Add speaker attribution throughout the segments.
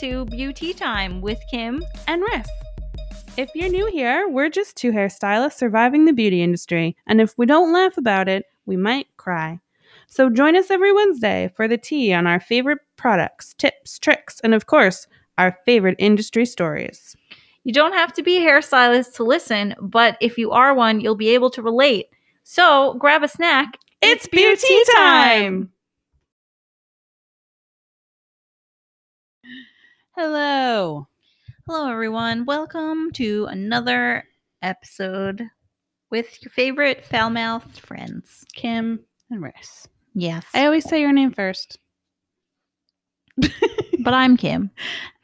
Speaker 1: to Beauty Time with Kim and Riff.
Speaker 2: If you're new here, we're just two hairstylists surviving the beauty industry, and if we don't laugh about it, we might cry. So join us every Wednesday for the tea on our favorite products, tips, tricks, and of course, our favorite industry stories.
Speaker 1: You don't have to be a hairstylist to listen, but if you are one, you'll be able to relate. So grab a snack.
Speaker 2: It's beauty time! Hello.
Speaker 1: Hello, everyone. Welcome to another episode with your favorite foul mouthed friends.
Speaker 2: Kim and Riss.
Speaker 1: Yes.
Speaker 2: I always say your name first.
Speaker 1: but I'm Kim.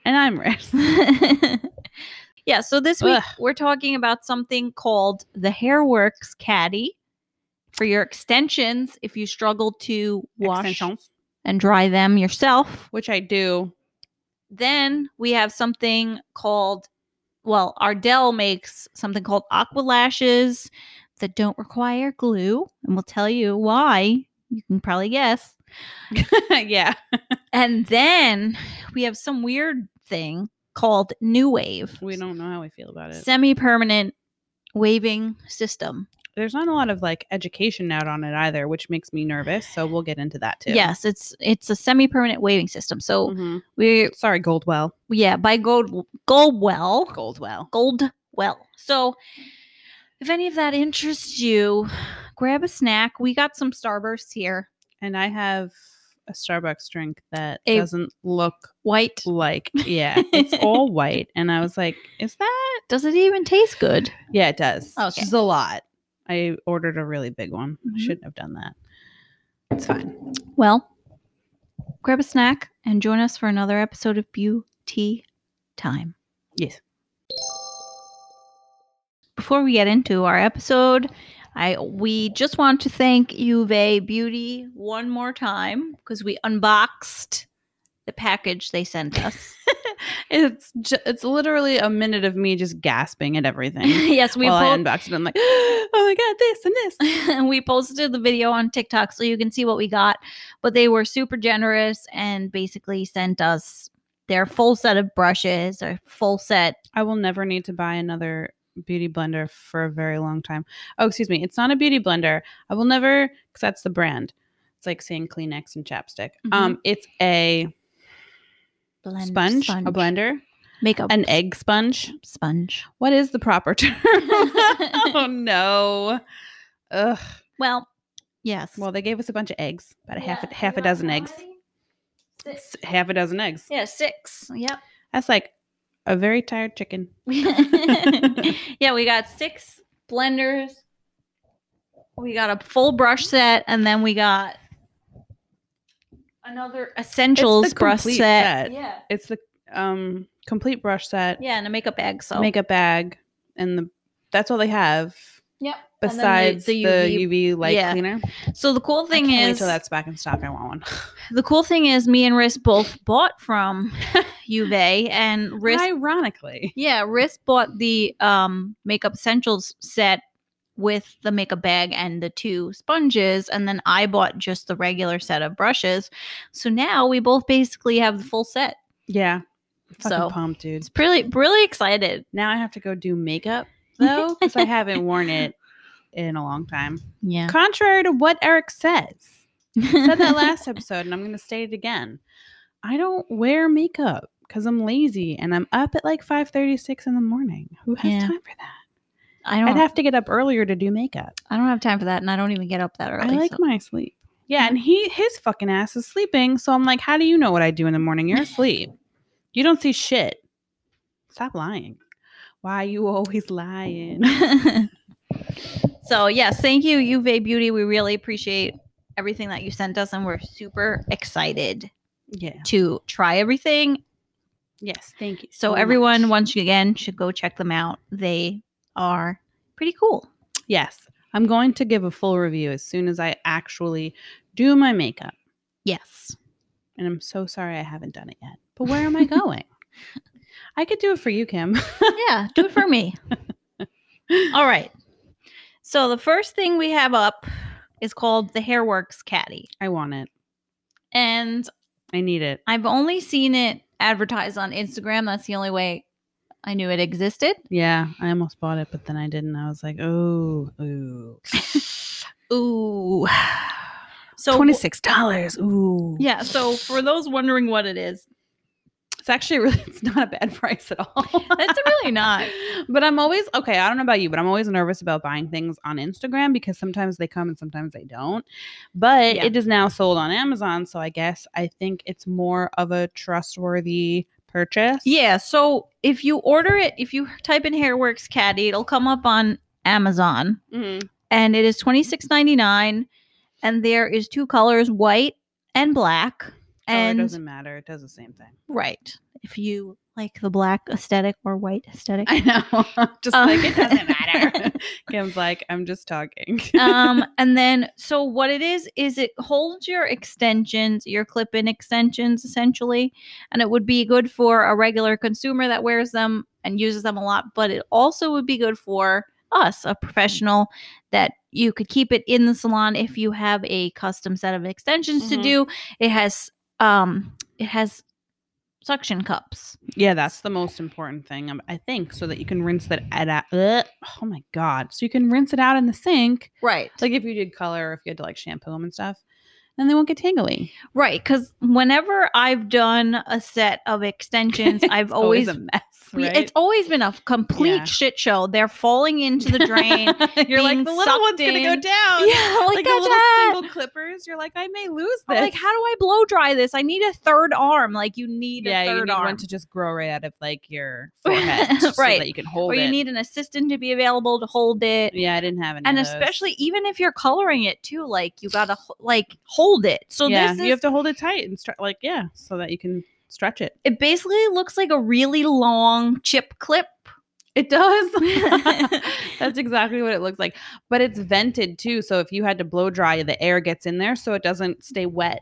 Speaker 2: And I'm Riss.
Speaker 1: yeah, so this week
Speaker 2: Ugh.
Speaker 1: we're talking about something called the Hairworks Caddy for your extensions if you struggle to wash
Speaker 2: Extensions.
Speaker 1: and dry them yourself.
Speaker 2: Which I do.
Speaker 1: Then we have something called, well, Ardell makes something called aqua lashes that don't require glue. And we'll tell you why. You can probably guess.
Speaker 2: yeah.
Speaker 1: And then we have some weird thing called New Wave.
Speaker 2: We don't know how we feel about it.
Speaker 1: Semi permanent waving system.
Speaker 2: There's not a lot of like education out on it either, which makes me nervous. So we'll get into that too.
Speaker 1: Yes, it's it's a semi permanent waving system. So
Speaker 2: Mhm.
Speaker 1: we
Speaker 2: Sorry, Goldwell.
Speaker 1: yeah, by Gold Goldwell.
Speaker 2: Goldwell.
Speaker 1: Goldwell. So if any of that interests you, grab a snack. We got some Starbursts here.
Speaker 2: And I have a Starbucks drink that
Speaker 1: A-
Speaker 2: doesn't look
Speaker 1: White.
Speaker 2: like, yeah, it's all white. And I was like, is that?
Speaker 1: Does it even taste good?
Speaker 2: Yeah, it does. It's
Speaker 1: Oh, Okay.
Speaker 2: just a lot. I ordered a really big one.
Speaker 1: Mhm.
Speaker 2: I shouldn't have done that. It's fine.
Speaker 1: Well, grab a snack and join us for another episode of Beauty Time.
Speaker 2: Yes.
Speaker 1: before we get into our episode, I we just want to thank Uve Beauty one more time because we unboxed the package they sent us.
Speaker 2: It's ju- it's literally a minute of me just gasping at everything.
Speaker 1: yes, we
Speaker 2: while I
Speaker 1: both.
Speaker 2: unbox it, I'm like, oh my god, this and this.
Speaker 1: and we posted the video on TikTok so you can see what we got. But they were super generous and basically sent us their full set of brushes, a full set.
Speaker 2: I will never need to buy another beauty blender for a very long time. Oh, excuse me. It's not a beauty blender. I will never, because that's the brand. It's like saying Kleenex and chapstick. Um, it's a
Speaker 1: blend-
Speaker 2: sponge, a blender,
Speaker 1: makeup,
Speaker 2: an egg sponge.
Speaker 1: sponge.
Speaker 2: What is the proper term? oh no. Ugh.
Speaker 1: Well, yes.
Speaker 2: Well, they gave us a bunch of eggs, about a half a, half a dozen eggs, S- half a dozen eggs.
Speaker 1: Yeah, six. Yep.
Speaker 2: That's like a very tired chicken.
Speaker 1: yeah, we got six blenders. We got a full brush set, and then we got another essentials
Speaker 2: the
Speaker 1: brush
Speaker 2: complete
Speaker 1: set.
Speaker 2: set.
Speaker 1: Yeah,
Speaker 2: It's the um complete brush set,
Speaker 1: yeah, and a makeup bag. So
Speaker 2: makeup bag, and the that's all they have
Speaker 1: Yep. and then
Speaker 2: besides the, UV, light
Speaker 1: yeah.
Speaker 2: cleaner.
Speaker 1: So the cool
Speaker 2: I
Speaker 1: thing
Speaker 2: can't wait
Speaker 1: is,
Speaker 2: till that's back in stock. I want one.
Speaker 1: the cool thing is, me and Riss both bought from Uve, and Riss
Speaker 2: Ironically,
Speaker 1: Yeah, Riss bought the um makeup essentials set with the makeup bag and the two sponges, and then I bought just the regular set of brushes. So now we both basically have the full set.
Speaker 2: yeah. Fucking
Speaker 1: So-
Speaker 2: pumped, dude.
Speaker 1: It's really really excited.
Speaker 2: Now I have to go do makeup though, because I haven't worn it in a long time.
Speaker 1: Yeah.
Speaker 2: Contrary to what Eric says. said that last episode and I'm going to state it again. I don't wear makeup because I'm lazy and I'm up at like 5:36 in the morning. Who has
Speaker 1: Yeah.
Speaker 2: time for that?
Speaker 1: I don't
Speaker 2: I'd have to get up earlier to do makeup.
Speaker 1: I don't have time for that and I don't even get up that early.
Speaker 2: I like
Speaker 1: so-
Speaker 2: my sleep. Yeah, and he his fucking ass is sleeping, so I'm like, "How do you know what I do in the morning? You're asleep. you don't see shit. Stop lying. Why are you always lying?"
Speaker 1: so yes, thank you, Uve Beauty. We really appreciate everything that you sent us and we're super excited
Speaker 2: yeah.
Speaker 1: to try everything
Speaker 2: Yes, thank you.
Speaker 1: So
Speaker 2: much.
Speaker 1: everyone, once again, should go check them out. They are pretty cool.
Speaker 2: Yes. I'm going to give a full review as soon as I actually do my makeup.
Speaker 1: Yes.
Speaker 2: and I'm so sorry I haven't done it yet. But where am I going? I could do it for you, Kim.
Speaker 1: Yeah, do it for me. All right. So the first thing we have up is called the Hairworks Caddy.
Speaker 2: I want it.
Speaker 1: And
Speaker 2: I need it.
Speaker 1: I've only seen it advertise on Instagram. That's the only way I knew it existed.
Speaker 2: Yeah, I almost bought it, but then I didn't. I was like, oh, ooh.
Speaker 1: Ooh. So
Speaker 2: $26. Ooh.
Speaker 1: Yeah, so for those wondering what it is,
Speaker 2: It's actually really, it's not a bad price at all.
Speaker 1: it's really not.
Speaker 2: but I'm always, okay, I don't know about you, but I'm always nervous about buying things on Instagram because sometimes they come and sometimes they don't. But
Speaker 1: Yeah.
Speaker 2: it is now sold on Amazon. So I guess I think it's more of a trustworthy purchase.
Speaker 1: Yeah, so if you order it, if you type in Hairworks Caddy, it'll come up on Amazon
Speaker 2: Mhm.
Speaker 1: and it is $26.99 and there is two colors, white and black.
Speaker 2: Color
Speaker 1: And
Speaker 2: doesn't matter. It does the same thing.
Speaker 1: right, if you like the black aesthetic or white aesthetic.
Speaker 2: I know. just
Speaker 1: Um,
Speaker 2: like it doesn't matter. Kim's like, I'm just talking.
Speaker 1: um and then so what it is is it holds your extensions your clip-in extensions essentially and it would be good for a regular consumer that wears them and uses them a lot but it also would be good for us a professional that you could keep it in the salon if you have a custom set of extensions
Speaker 2: Mhm.
Speaker 1: to do it has um it has suction cups
Speaker 2: yeah, that's the most important thing, um, I think, so that you can rinse that out. ugh, oh my god! So you can rinse it out in the sink.
Speaker 1: right
Speaker 2: Like if you did color, if you had to like shampoo them and stuff, then they won't get tangly.
Speaker 1: right because whenever i've done a set of extensions i've
Speaker 2: It's
Speaker 1: always
Speaker 2: a mess.
Speaker 1: We-
Speaker 2: Right?
Speaker 1: It's always been a f- complete
Speaker 2: Yeah.
Speaker 1: shit show. They're falling into the drain.
Speaker 2: you're
Speaker 1: being
Speaker 2: like the little
Speaker 1: sucked
Speaker 2: one's gonna go
Speaker 1: in."
Speaker 2: down.
Speaker 1: Yeah, like,
Speaker 2: like
Speaker 1: I
Speaker 2: the little
Speaker 1: got-
Speaker 2: single clippers. You're like, I may lose
Speaker 1: I'm
Speaker 2: this.
Speaker 1: like, how do I blow dry this? I need a third arm. Like, you need
Speaker 2: yeah,
Speaker 1: a
Speaker 2: you
Speaker 1: third
Speaker 2: need
Speaker 1: arm.
Speaker 2: one to just grow right out of like your forehead, right? So
Speaker 1: Right.
Speaker 2: that you can hold
Speaker 1: or you
Speaker 2: it.
Speaker 1: need an assistant to be available to hold it.
Speaker 2: yeah, I didn't have any.
Speaker 1: And
Speaker 2: of those.
Speaker 1: especially, even if you're coloring it too, like, you got to, like, hold it. So
Speaker 2: yeah,
Speaker 1: this is,
Speaker 2: you have to hold it tight and stretch. Like yeah, so that you can stretch it.
Speaker 1: it basically looks like a really long chip clip.
Speaker 2: It does. That's exactly what it looks like. But it's vented too. So if you had to blow dry, the air gets in there so it doesn't stay wet.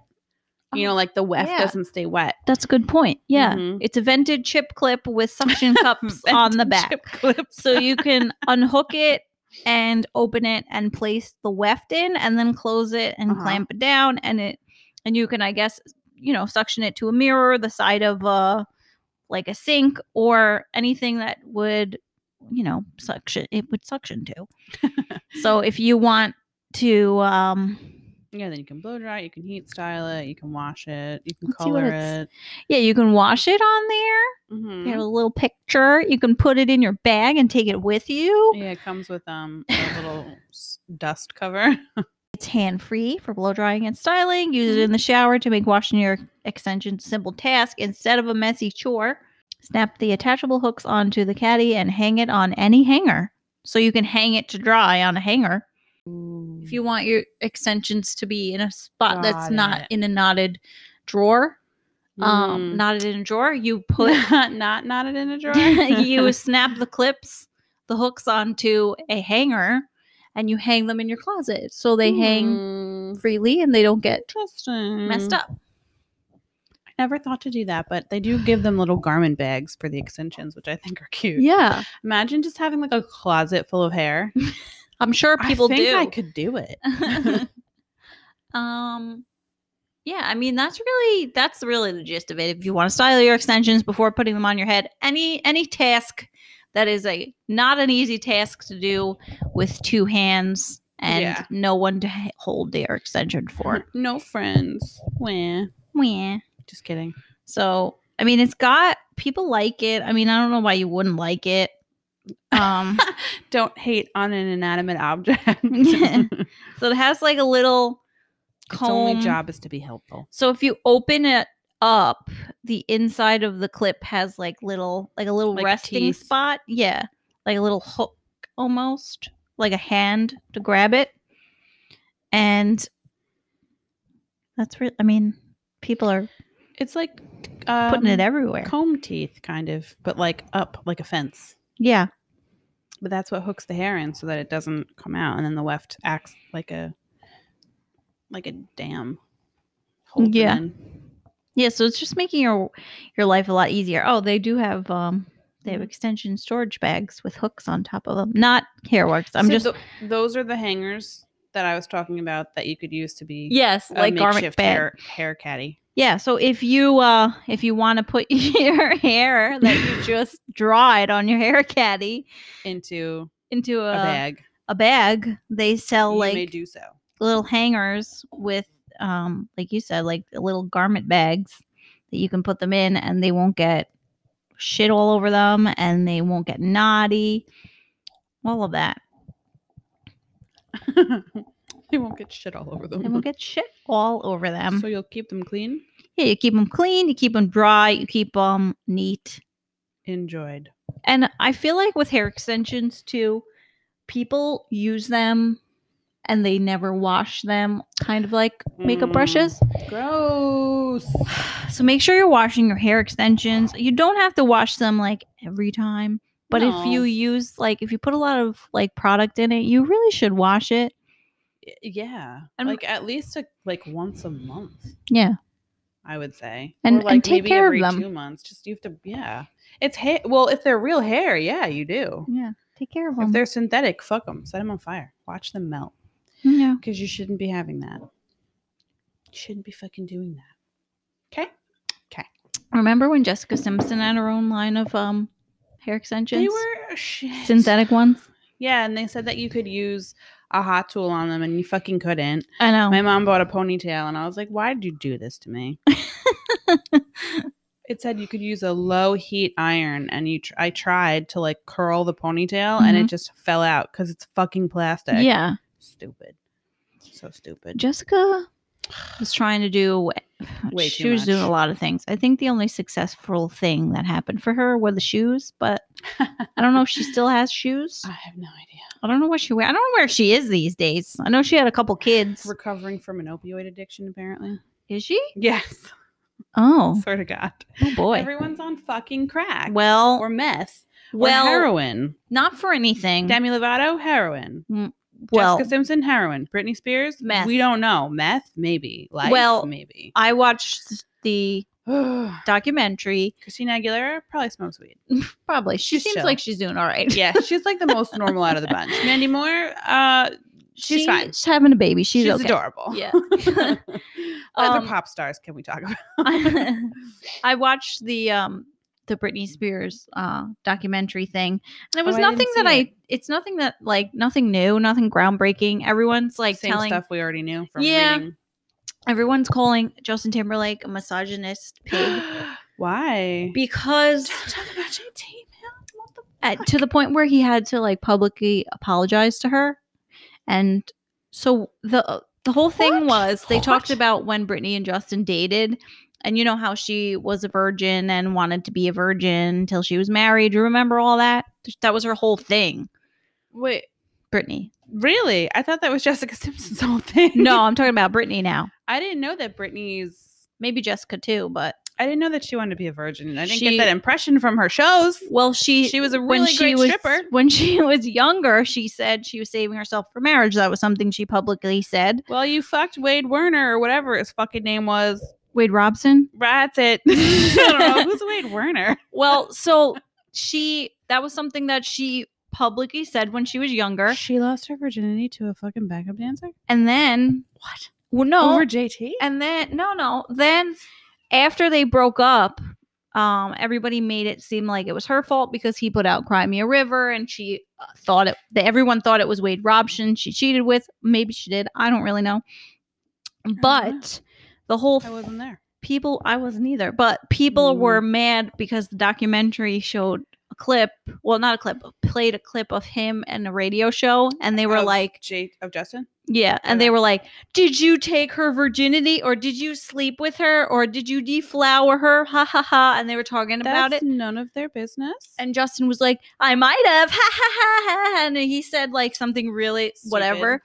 Speaker 2: You know, like the weft
Speaker 1: Oh, yeah.
Speaker 2: doesn't stay wet.
Speaker 1: That's a good point. Yeah.
Speaker 2: Mhm.
Speaker 1: It's a vented chip clip with suction cups on the
Speaker 2: Vented
Speaker 1: back.
Speaker 2: Mm-hmm. chip clips.
Speaker 1: So you can unhook it and open it and place the weft in and then close it and
Speaker 2: Uh-huh.
Speaker 1: clamp it down and it and you can I guess you know suction it to a mirror, the side of a like a sink or anything that would you know suction it would suction to. so if you want to um
Speaker 2: yeah, then you can blow dry, it, you can heat style it, you can wash it, you can
Speaker 1: Let's see what
Speaker 2: color
Speaker 1: it's-
Speaker 2: it.
Speaker 1: yeah, you can wash it on there.
Speaker 2: Mhm.
Speaker 1: You have a little picture. You can put it in your bag and take it with you.
Speaker 2: Yeah, it comes with um a little s- dust cover.
Speaker 1: It's hand free for blow drying and styling. Use
Speaker 2: Mm-hmm.
Speaker 1: it in the shower to make washing your extensions a simple task instead of a messy chore. Snap the attachable hooks onto the caddy and hang it on any hanger. So you can hang it to dry on a hanger. If you want your extensions to be in a spot that's
Speaker 2: Got
Speaker 1: not
Speaker 2: it.
Speaker 1: in a knotted drawer, um,
Speaker 2: Mm.
Speaker 1: knotted in a drawer, you put
Speaker 2: not not knotted in a drawer.
Speaker 1: you snap the clips, the hooks onto a hanger, and you hang them in your closet so they hang
Speaker 2: Mm,
Speaker 1: freely and they don't get
Speaker 2: Interesting.
Speaker 1: messed up.
Speaker 2: Never thought to do that, but they do give them little garment bags for the extensions, which I think are cute.
Speaker 1: Yeah,
Speaker 2: Imagine just having like a closet full of hair.
Speaker 1: I'm sure people
Speaker 2: I think
Speaker 1: do.
Speaker 2: I could do it.
Speaker 1: um, yeah, I mean that's really that's really the gist of it. If you want to style your extensions before putting them on your head, any any task that is a not an easy task to do with two hands and
Speaker 2: Yeah.
Speaker 1: no one to h- hold their extension for.
Speaker 2: no friends. Wah.
Speaker 1: Meh.
Speaker 2: Just kidding.
Speaker 1: So, I mean, it's got people like it. I mean, I don't know why you wouldn't like it. Um,
Speaker 2: Don't hate on an inanimate object.
Speaker 1: Yeah. so it has like a little
Speaker 2: Its only
Speaker 1: comb.
Speaker 2: job is to be helpful.
Speaker 1: So if you open it up, the inside of the clip has like little, like a little
Speaker 2: Like a
Speaker 1: resting
Speaker 2: teeth.
Speaker 1: spot. Yeah, like a little hook almost, like a hand to grab it. And that's real. I mean, people are
Speaker 2: It's like um,
Speaker 1: putting it everywhere.
Speaker 2: comb teeth, kind of, but like up, like a fence.
Speaker 1: yeah,
Speaker 2: But that's what hooks the hair in so that it doesn't come out, and then the weft acts like a like a dam. Holds it
Speaker 1: Yeah.
Speaker 2: in.
Speaker 1: Yeah, so it's just making your your life a lot easier. Oh, they do have um they have
Speaker 2: Mhm.
Speaker 1: extension storage bags with hooks on top of them. Not Hairworks. I'm
Speaker 2: So
Speaker 1: just
Speaker 2: tho- those are the hangers that I was talking about that you could use to be
Speaker 1: yes,
Speaker 2: a
Speaker 1: like garment
Speaker 2: makeshift
Speaker 1: bag.
Speaker 2: hair, hair caddy.
Speaker 1: Yeah, so if you uh if you want to put your hair that you just dried on your hair caddy
Speaker 2: into
Speaker 1: into a,
Speaker 2: a bag.
Speaker 1: a bag, they sell
Speaker 2: you
Speaker 1: like
Speaker 2: may do so.
Speaker 1: little hangers with um like you said like the little garment bags that you can put them in and they won't get shit all over them and they won't get naughty. All of that.
Speaker 2: they won't get shit all over them.
Speaker 1: They won't get shit all over them.
Speaker 2: Mm-hmm. so you'll keep them clean.
Speaker 1: yeah, you keep them clean, you keep them dry, you keep them neat.
Speaker 2: Enjoyed.
Speaker 1: And I feel like with hair extensions too, people use them and they never wash them, kind of like makeup
Speaker 2: Mm.
Speaker 1: brushes.
Speaker 2: Gross.
Speaker 1: So make sure you're washing your hair extensions. You don't have to wash them like every time, but if
Speaker 2: No.
Speaker 1: you use like if you put a lot of like product in it, you really should wash it.
Speaker 2: Y- Yeah.
Speaker 1: And-
Speaker 2: like at least a, like once a month,
Speaker 1: Yeah.
Speaker 2: I would say.
Speaker 1: And- and
Speaker 2: like
Speaker 1: take care of
Speaker 2: every
Speaker 1: them.
Speaker 2: two months. Just you have to yeah. It's hair. Well, if they're real hair, yeah, you do.
Speaker 1: Yeah. Take care of
Speaker 2: If
Speaker 1: them.
Speaker 2: they're synthetic, fuck them. Set them on fire. Watch them melt.
Speaker 1: Yeah.
Speaker 2: Because you shouldn't be having that. You shouldn't be fucking doing that. Okay.
Speaker 1: Remember when Jessica Simpson had her own line of um hair extensions?
Speaker 2: They were shit.
Speaker 1: synthetic ones.
Speaker 2: Yeah, and they said that you could use a hot tool on them, and you fucking couldn't.
Speaker 1: I know.
Speaker 2: My mom bought a ponytail, and I was like, "Why did you do this to me?" it said you could use a low heat iron, and you tr- I tried to like curl the ponytail, and it just fell out because it's fucking plastic.
Speaker 1: yeah.
Speaker 2: stupid, so stupid.
Speaker 1: Jessica was trying to do
Speaker 2: Way
Speaker 1: she
Speaker 2: too
Speaker 1: was doing
Speaker 2: much.
Speaker 1: a lot of things. I think the only successful thing that happened for her were the shoes, but I don't know if she still has shoes.
Speaker 2: I have no idea.
Speaker 1: I don't know what she wear. I don't know where she is these days. I know she had a couple kids.
Speaker 2: Recovering from an opioid addiction, apparently.
Speaker 1: Is she?
Speaker 2: Yes,
Speaker 1: Oh,
Speaker 2: swear to God.
Speaker 1: oh boy.
Speaker 2: Everyone's on fucking crack
Speaker 1: Well,
Speaker 2: or meth or
Speaker 1: well,
Speaker 2: heroin.
Speaker 1: not for anything.
Speaker 2: Demi Lovato, heroin.
Speaker 1: Well,
Speaker 2: Jessica Simpson, heroin. Britney Spears,
Speaker 1: Meth.
Speaker 2: We don't know. Meth, maybe. Life,
Speaker 1: Well-
Speaker 2: maybe.
Speaker 1: I watched the
Speaker 2: Christina
Speaker 1: documentary.
Speaker 2: Aguilera probably smokes weed.
Speaker 1: Probably she
Speaker 2: Just
Speaker 1: seems
Speaker 2: chill.
Speaker 1: like she's doing all right.
Speaker 2: Yeah, she's like the most normal out of the bunch. Mandy Moore, uh, she's fine.
Speaker 1: She's having a baby. She's,
Speaker 2: she's
Speaker 1: okay.
Speaker 2: adorable.
Speaker 1: Yeah.
Speaker 2: What
Speaker 1: Um,
Speaker 2: other pop stars can we talk about?
Speaker 1: I watched the um the Britney Spears uh documentary thing. And it
Speaker 2: Oh,
Speaker 1: was
Speaker 2: I didn't
Speaker 1: nothing
Speaker 2: see
Speaker 1: that I
Speaker 2: it.
Speaker 1: it's nothing that like nothing new, nothing groundbreaking. Everyone's like
Speaker 2: Same
Speaker 1: telling
Speaker 2: stuff we already knew from
Speaker 1: Yeah.
Speaker 2: reading.
Speaker 1: everyone's calling Justin Timberlake a misogynist pig
Speaker 2: Why?
Speaker 1: because
Speaker 2: talk about JT What the
Speaker 1: at, to the point where he had to like publicly apologize to her. And so the uh, the whole thing
Speaker 2: What?
Speaker 1: was they talked
Speaker 2: What?
Speaker 1: about when Britney and Justin dated and you know how she was a virgin and wanted to be a virgin until she was married. You remember all that? That was her whole thing,
Speaker 2: Wait,
Speaker 1: Britney.
Speaker 2: really? I thought that was Jessica Simpson's whole thing.
Speaker 1: No, I'm talking about Britney now.
Speaker 2: I didn't know that Britney's.
Speaker 1: Maybe Jessica too, but
Speaker 2: I didn't know that she wanted to be a virgin. I didn't
Speaker 1: She-
Speaker 2: get that impression from her shows.
Speaker 1: well she
Speaker 2: She was a
Speaker 1: when
Speaker 2: really
Speaker 1: she
Speaker 2: great
Speaker 1: was
Speaker 2: stripper.
Speaker 1: when she was younger, she said she was saving herself for marriage. That was something she publicly said.
Speaker 2: Well, you fucked Wade Werner or whatever his fucking name was.
Speaker 1: Wade Robson.
Speaker 2: Rats it. I don't know who's Wade Werner.
Speaker 1: Well, so she that was something that she publicly said when she was younger,
Speaker 2: She lost her virginity to a fucking backup dancer
Speaker 1: and then what? Well, no,
Speaker 2: over JT.
Speaker 1: and then no, no, then after they broke up. Um, everybody made it seem like it was her fault because he put out "Cry Me a River" and she uh, thought it. That everyone thought it was Wade Robson. She cheated with. Maybe she did. I don't really know. But the whole
Speaker 2: I wasn't there.
Speaker 1: people i wasn't either but people
Speaker 2: Mm.
Speaker 1: were mad because the documentary showed a clip well not a clip played a clip of him and a radio show and they were
Speaker 2: Of
Speaker 1: like
Speaker 2: Oh, J of Justin.
Speaker 1: yeah and they
Speaker 2: okay.
Speaker 1: were like did you take her virginity or did you sleep with her or did you deflower her ha ha ha and they were talking about it
Speaker 2: That's none of their business.
Speaker 1: and Justin was like, I might have, ha ha ha ha, ha," and he said like something really whatever.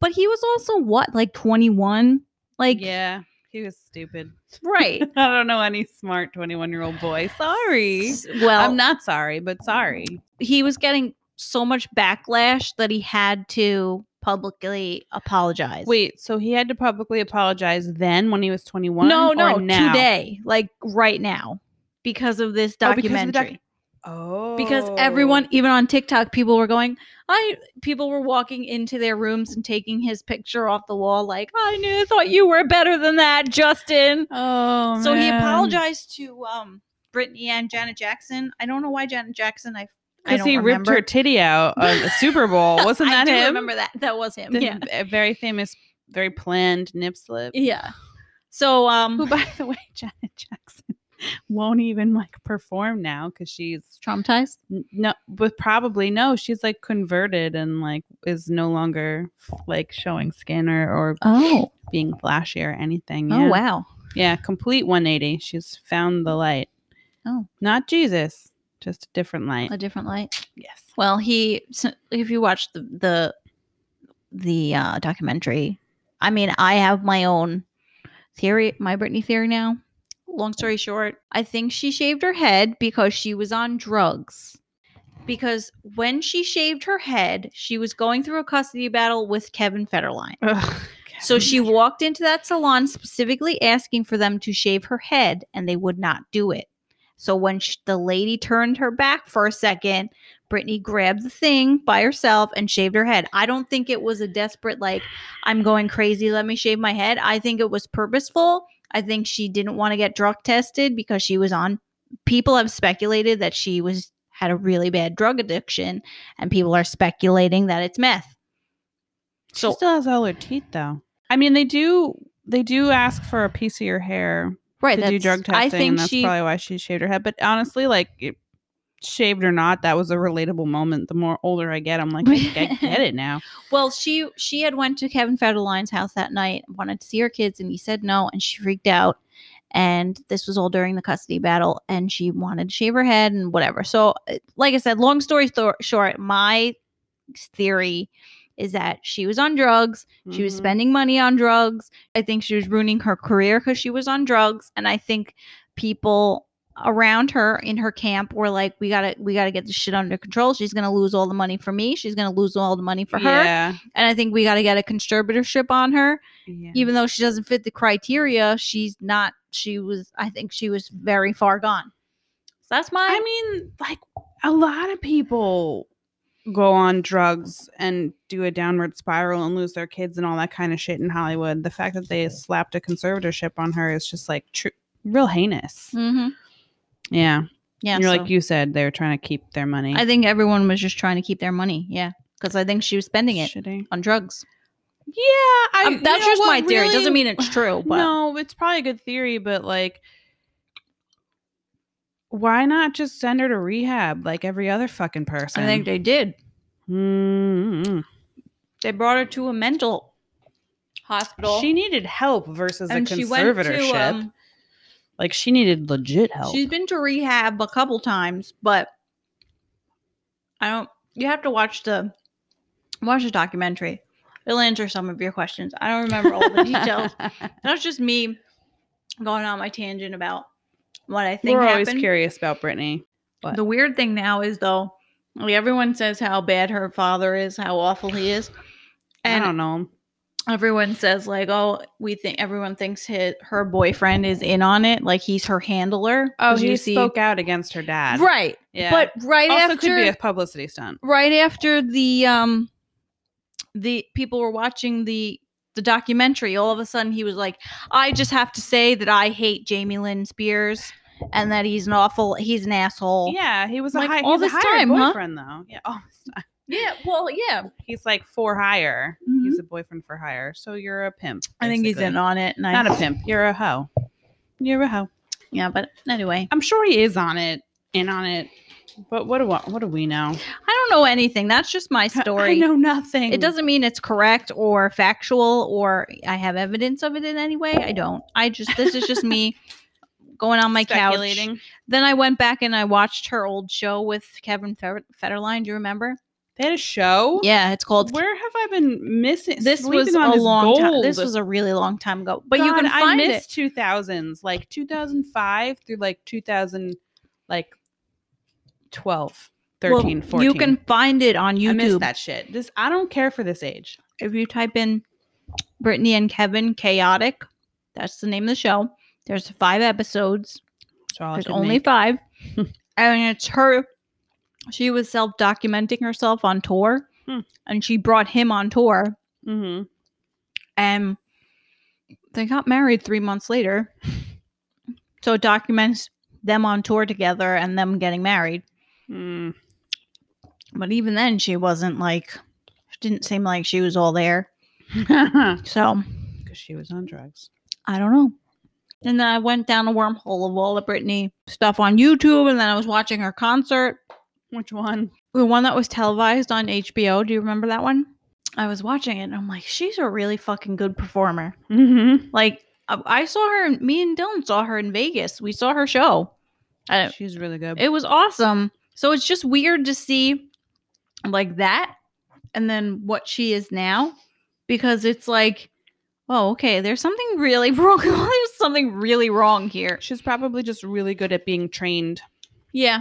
Speaker 1: But he was also what, like twenty one, like
Speaker 2: yeah, he was stupid.
Speaker 1: right?
Speaker 2: I don't know any smart twenty-one-year-old boy. Sorry.
Speaker 1: S- Well,
Speaker 2: I'm not sorry, but sorry.
Speaker 1: he was getting so much backlash that he had to publicly apologize.
Speaker 2: Wait, so he had to publicly apologize then when he was 21?
Speaker 1: no, no,
Speaker 2: or now?
Speaker 1: today, like right now, because of this
Speaker 2: Oh, because of the
Speaker 1: documentary.
Speaker 2: doc- Oh.
Speaker 1: because everyone even on tiktok people were going i people were walking into their rooms and taking his picture off the wall like i knew thought you were better than that justin
Speaker 2: Oh.
Speaker 1: so he
Speaker 2: man.
Speaker 1: apologized to um brittany and janet jackson i don't know why janet jackson i I
Speaker 2: because
Speaker 1: don't
Speaker 2: he ripped
Speaker 1: remember.
Speaker 2: her titty out of the Super Bowl. Wasn't that
Speaker 1: I do
Speaker 2: him?
Speaker 1: remember that that was him
Speaker 2: The
Speaker 1: yeah
Speaker 2: a very famous, very planned nip slip.
Speaker 1: yeah so
Speaker 2: Who,
Speaker 1: um
Speaker 2: by the way, Janet Jackson won't even like perform now because she's
Speaker 1: traumatized
Speaker 2: n- no, but probably no. She's like converted and like is no longer like showing skin or, or
Speaker 1: oh
Speaker 2: being flashy or anything.
Speaker 1: oh
Speaker 2: yeah.
Speaker 1: wow
Speaker 2: Yeah, complete 180. She's found the light.
Speaker 1: Oh.
Speaker 2: Not Jesus, just a different light.
Speaker 1: a different light
Speaker 2: yes.
Speaker 1: well he so if you watch the the the uh, documentary i mean i have my own theory my britney theory now long story short i think she shaved her head because she was on drugs because when she shaved her head she was going through a custody battle with kevin federline
Speaker 2: Ugh,
Speaker 1: So
Speaker 2: God.
Speaker 1: she walked into that salon specifically asking for them to shave her head, and they would not do it. So when sh- the lady turned her back for a second, Brittany grabbed the thing by herself and shaved her head. I don't think it was a desperate, like, I'm going crazy, let me shave my head. I think it was purposeful. I think she didn't want to get drug tested because she was on. People have speculated that she was had a really bad drug addiction, and people are speculating that it's meth.
Speaker 2: she still has all her teeth though. I mean, they do they do ask for a piece of your hair
Speaker 1: Right,
Speaker 2: to do drug testing,
Speaker 1: I think
Speaker 2: and that's
Speaker 1: she
Speaker 2: probably why she shaved her head. But honestly, like it, shaved or not, that was a relatable moment. The more older I get, I'm like, I, I get it now.
Speaker 1: Well, she she had went to Kevin Federline's house that night and wanted to see her kids, and he said no, and she freaked out. And this was all during the custody battle, and she wanted to shave her head and whatever. So, uh, like I said, long story thor- short, my theory is that she was on drugs. She was
Speaker 2: Mhm.
Speaker 1: spending money on drugs. I think she was ruining her career because she was on drugs, and I think people around her in her camp were like, "We gotta, we gotta get this shit under control. She's gonna lose all the money for me. She's gonna lose all the money for her."
Speaker 2: Yeah.
Speaker 1: and I think we got to get a conservatorship on her.
Speaker 2: yeah.
Speaker 1: Even though she doesn't fit the criteria, she's not. She was. I think she was very far gone. So that's my.
Speaker 2: I mean, like a lot of people go on drugs and do a downward spiral and lose their kids and all that kind of shit in Hollywood. The fact that they slapped a conservatorship on her is just like true, real heinous.
Speaker 1: Mhm.
Speaker 2: Yeah.
Speaker 1: Yeah.
Speaker 2: You're
Speaker 1: so
Speaker 2: like you said, they were trying to keep their money.
Speaker 1: I think everyone was just trying to keep their money. Yeah, because I think she was spending it
Speaker 2: Shitty.
Speaker 1: on drugs.
Speaker 2: Yeah, I,
Speaker 1: Um,
Speaker 2: you
Speaker 1: that's
Speaker 2: know
Speaker 1: just
Speaker 2: what,
Speaker 1: my theory. It doesn't
Speaker 2: really-
Speaker 1: mean it's true, but
Speaker 2: no, it's probably a good theory, but like, why not just send her to rehab like every other fucking person?
Speaker 1: I think they did.
Speaker 2: Mm-mm.
Speaker 1: They brought her to a mental hospital.
Speaker 2: She needed help versus
Speaker 1: and
Speaker 2: a
Speaker 1: she went
Speaker 2: conservatorship.
Speaker 1: to. Um,
Speaker 2: like she needed legit help.
Speaker 1: She's been to rehab a couple times, but I don't. You have to watch the watch the documentary. It'll answer some of your questions. I don't remember all the details. That's just me going on my tangent about what I think
Speaker 2: We're
Speaker 1: happened.
Speaker 2: always curious about Brittany. What?
Speaker 1: The weird thing now is though, like, everyone says how bad her father is, how awful he is,
Speaker 2: I
Speaker 1: and
Speaker 2: don't know.
Speaker 1: everyone says like, oh, we think everyone thinks his, her boyfriend is in on it, like he's her handler.
Speaker 2: Oh,
Speaker 1: 'cause
Speaker 2: he
Speaker 1: you
Speaker 2: spoke out against her dad.
Speaker 1: right.
Speaker 2: Yeah.
Speaker 1: But right
Speaker 2: also
Speaker 1: after
Speaker 2: could be a publicity stunt.
Speaker 1: right after the um the people were watching the the documentary all of a sudden he was like i just have to say that i hate jamie lynn spears and that he's an awful he's an asshole
Speaker 2: Yeah, he was a
Speaker 1: Like,
Speaker 2: high,
Speaker 1: all
Speaker 2: he's a
Speaker 1: this
Speaker 2: hired
Speaker 1: time, huh?
Speaker 2: boyfriend though. Yeah, all this time.
Speaker 1: yeah well yeah
Speaker 2: He's like for hire.
Speaker 1: Mm-hmm.
Speaker 2: He's a boyfriend for hire. So you're a pimp.
Speaker 1: i think he's
Speaker 2: basically.
Speaker 1: in on it and I,
Speaker 2: Not a pimp. You're a hoe. You're a hoe.
Speaker 1: yeah but anyway
Speaker 2: I'm sure he is on it, in on it. But what do what, what do we know?
Speaker 1: i don't know anything that's just my
Speaker 2: I
Speaker 1: story
Speaker 2: know nothing.
Speaker 1: it doesn't mean it's correct or factual or i have evidence of it in any way i don't i just this is just me going on my couch
Speaker 2: Speculating.
Speaker 1: Then I went back and I watched her old show with Kevin Fe- Federline. Do you remember?
Speaker 2: They had a show.
Speaker 1: Yeah, it's called.
Speaker 2: Where have I been missing?
Speaker 1: this
Speaker 2: sleeping
Speaker 1: was
Speaker 2: on
Speaker 1: a
Speaker 2: this
Speaker 1: long time. This
Speaker 2: gold?
Speaker 1: was a really long time ago. But you
Speaker 2: God,
Speaker 1: can
Speaker 2: I
Speaker 1: find
Speaker 2: miss
Speaker 1: it.
Speaker 2: two thousands, like two thousand five through like two thousand, like 12, 13,
Speaker 1: Well,
Speaker 2: 14.
Speaker 1: You can find it on
Speaker 2: I miss
Speaker 1: YouTube
Speaker 2: that shit. This I don't care for this age.
Speaker 1: if you type in Brittany and Kevin Chaotic. That's the name of the show. There's five episodes.
Speaker 2: So I'll
Speaker 1: There's
Speaker 2: have to
Speaker 1: only
Speaker 2: Oh, make-
Speaker 1: five, and it's her. She was self documenting herself on tour,
Speaker 2: Hmm.
Speaker 1: and she brought him on tour,
Speaker 2: Mm-hmm.
Speaker 1: and they got married three months later. So it documents them on tour together and them getting married.
Speaker 2: Mm.
Speaker 1: But even then, she wasn't like, it didn't seem like she was all there. So
Speaker 2: Because she was on drugs.
Speaker 1: I don't know. And then I went down a wormhole of all the Britney stuff on YouTube, and then I was watching her concert,
Speaker 2: Which one?
Speaker 1: the one that was televised on HBO. Do you remember that one? I was watching it, and I'm like, she's a really fucking good performer.
Speaker 2: Mm-hmm.
Speaker 1: Like, I, I saw her. Me and Dylan saw her in Vegas. We saw her show. I,
Speaker 2: She's really good.
Speaker 1: it was awesome. So it's just weird to see like that and then what she is now because it's like, oh, okay, there's something really wrong. there's something really wrong here.
Speaker 2: She's probably just really good at being trained
Speaker 1: Yeah.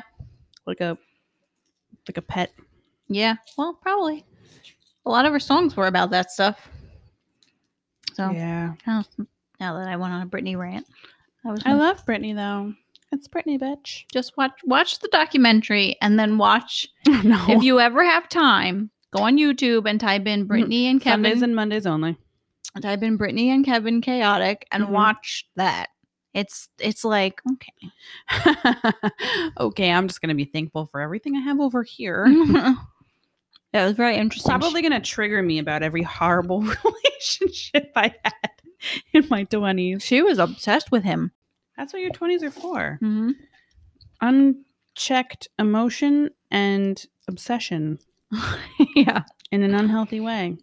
Speaker 2: like a like a pet.
Speaker 1: Yeah. Well, probably. A lot of her songs were about that stuff. So
Speaker 2: Yeah.
Speaker 1: now that I went on a Britney rant, I was
Speaker 2: I love Britney though. It's Britney, bitch.
Speaker 1: just watch watch the documentary and then watch
Speaker 2: no.
Speaker 1: if you ever have time. Go on YouTube and type in Britney and Kevin.
Speaker 2: Sundays and Mondays only.
Speaker 1: type Mm-hmm. in Mm-hmm. Brittany and Kevin chaotic and
Speaker 2: Mhm.
Speaker 1: watch that. It's it's like okay,
Speaker 2: okay, I'm just gonna be thankful for everything I have over here.
Speaker 1: that was very interesting.
Speaker 2: Probably gonna trigger me about every horrible relationship I had in my twenties.
Speaker 1: she was obsessed with him.
Speaker 2: That's what your twenties are for.
Speaker 1: hmm
Speaker 2: Unchecked emotion and obsession
Speaker 1: yeah.
Speaker 2: in an unhealthy way.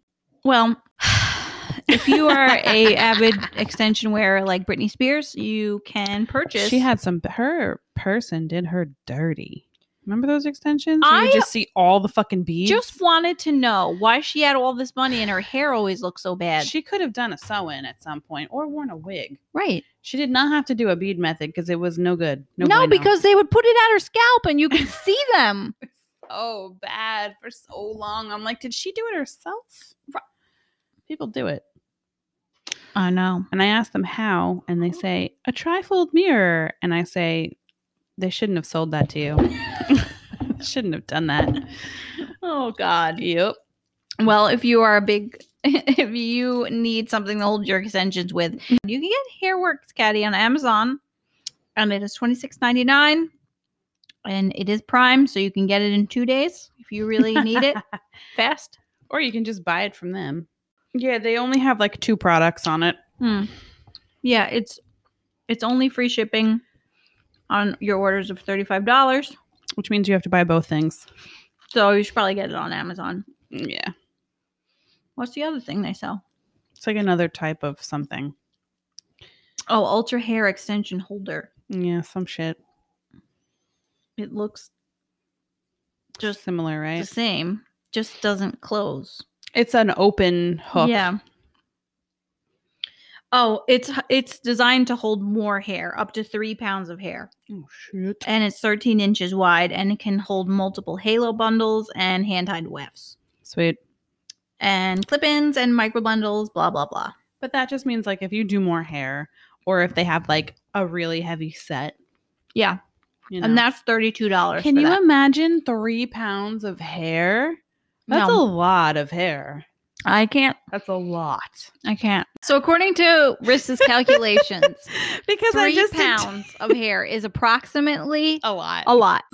Speaker 1: Well, if you are a avid extension wearer like Britney Spears, you can purchase.
Speaker 2: She had some. Her person did her dirty. Remember those extensions? Where
Speaker 1: I-
Speaker 2: you just see all the fucking beads.
Speaker 1: just wanted to know why she had all this money and her hair always looked so bad.
Speaker 2: she could have done a sew-in at some point or worn a wig.
Speaker 1: right.
Speaker 2: She did not have to do a bead method because it was no good.
Speaker 1: No,
Speaker 2: bueno.
Speaker 1: because they would put it at her scalp and you could see them.
Speaker 2: so Oh, bad for so long. I'm like, did she do it herself? People do it,
Speaker 1: I know.
Speaker 2: and I ask them how, and
Speaker 1: Oh.
Speaker 2: they say a trifold mirror, and I say they shouldn't have sold that to you. shouldn't have done that.
Speaker 1: Oh God.
Speaker 2: Yep.
Speaker 1: Well, if you are a big, if you need something to hold your extensions with, you can get Hairworks Caddy on Amazon, and it is twenty six ninety nine, and it is Prime, so you can get it in two days if you really need it fast.
Speaker 2: or you can just buy it from them. Yeah, they only have like two products on it.
Speaker 1: Hmm. Yeah, it's it's only free shipping on your orders of thirty five dollars,
Speaker 2: Which means you have to buy both things.
Speaker 1: so you should probably get it on Amazon.
Speaker 2: Yeah.
Speaker 1: What's the other thing they sell?
Speaker 2: It's like another type of something.
Speaker 1: Oh, Ultra Hair Extension Holder.
Speaker 2: Yeah, some shit.
Speaker 1: It looks just
Speaker 2: similar, right?
Speaker 1: the same, just doesn't close.
Speaker 2: it's an open hook.
Speaker 1: Yeah. Oh, it's it's designed to hold more hair, up to three pounds of hair,
Speaker 2: Oh shit.
Speaker 1: and it's 13 inches wide, and it can hold multiple halo bundles and hand tied wefts,
Speaker 2: Sweet.
Speaker 1: and clip-ins and micro bundles, blah blah blah.
Speaker 2: But that just means like if you do more hair or if they have like a really heavy set.
Speaker 1: Yeah,
Speaker 2: You
Speaker 1: and
Speaker 2: know.
Speaker 1: that's thirty-two dollars.
Speaker 2: can you imagine three pounds of hair? That's a
Speaker 1: No.
Speaker 2: lot of hair.
Speaker 1: I can't.
Speaker 2: That's a lot.
Speaker 1: I can't. So according to Rissa's calculations,
Speaker 2: Because I
Speaker 1: three
Speaker 2: just did-
Speaker 1: pounds of hair is approximately
Speaker 2: a lot.
Speaker 1: a lot.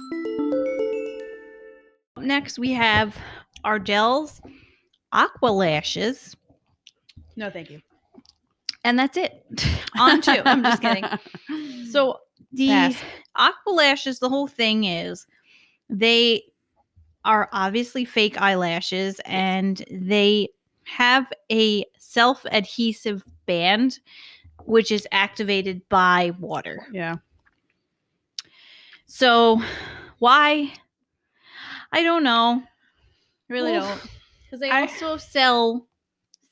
Speaker 1: Next, we have Ardell's Aqua Lashes,
Speaker 2: No, thank you.
Speaker 1: and that's it. On to, I'm just kidding. So, the
Speaker 2: Pass.
Speaker 1: Aqua Lashes, the whole thing is they are obviously fake eyelashes and they have a self adhesive band which is activated by water.
Speaker 2: Yeah.
Speaker 1: So, why? I don't know. Really
Speaker 2: Well,
Speaker 1: don't. Because they
Speaker 2: I-
Speaker 1: also sell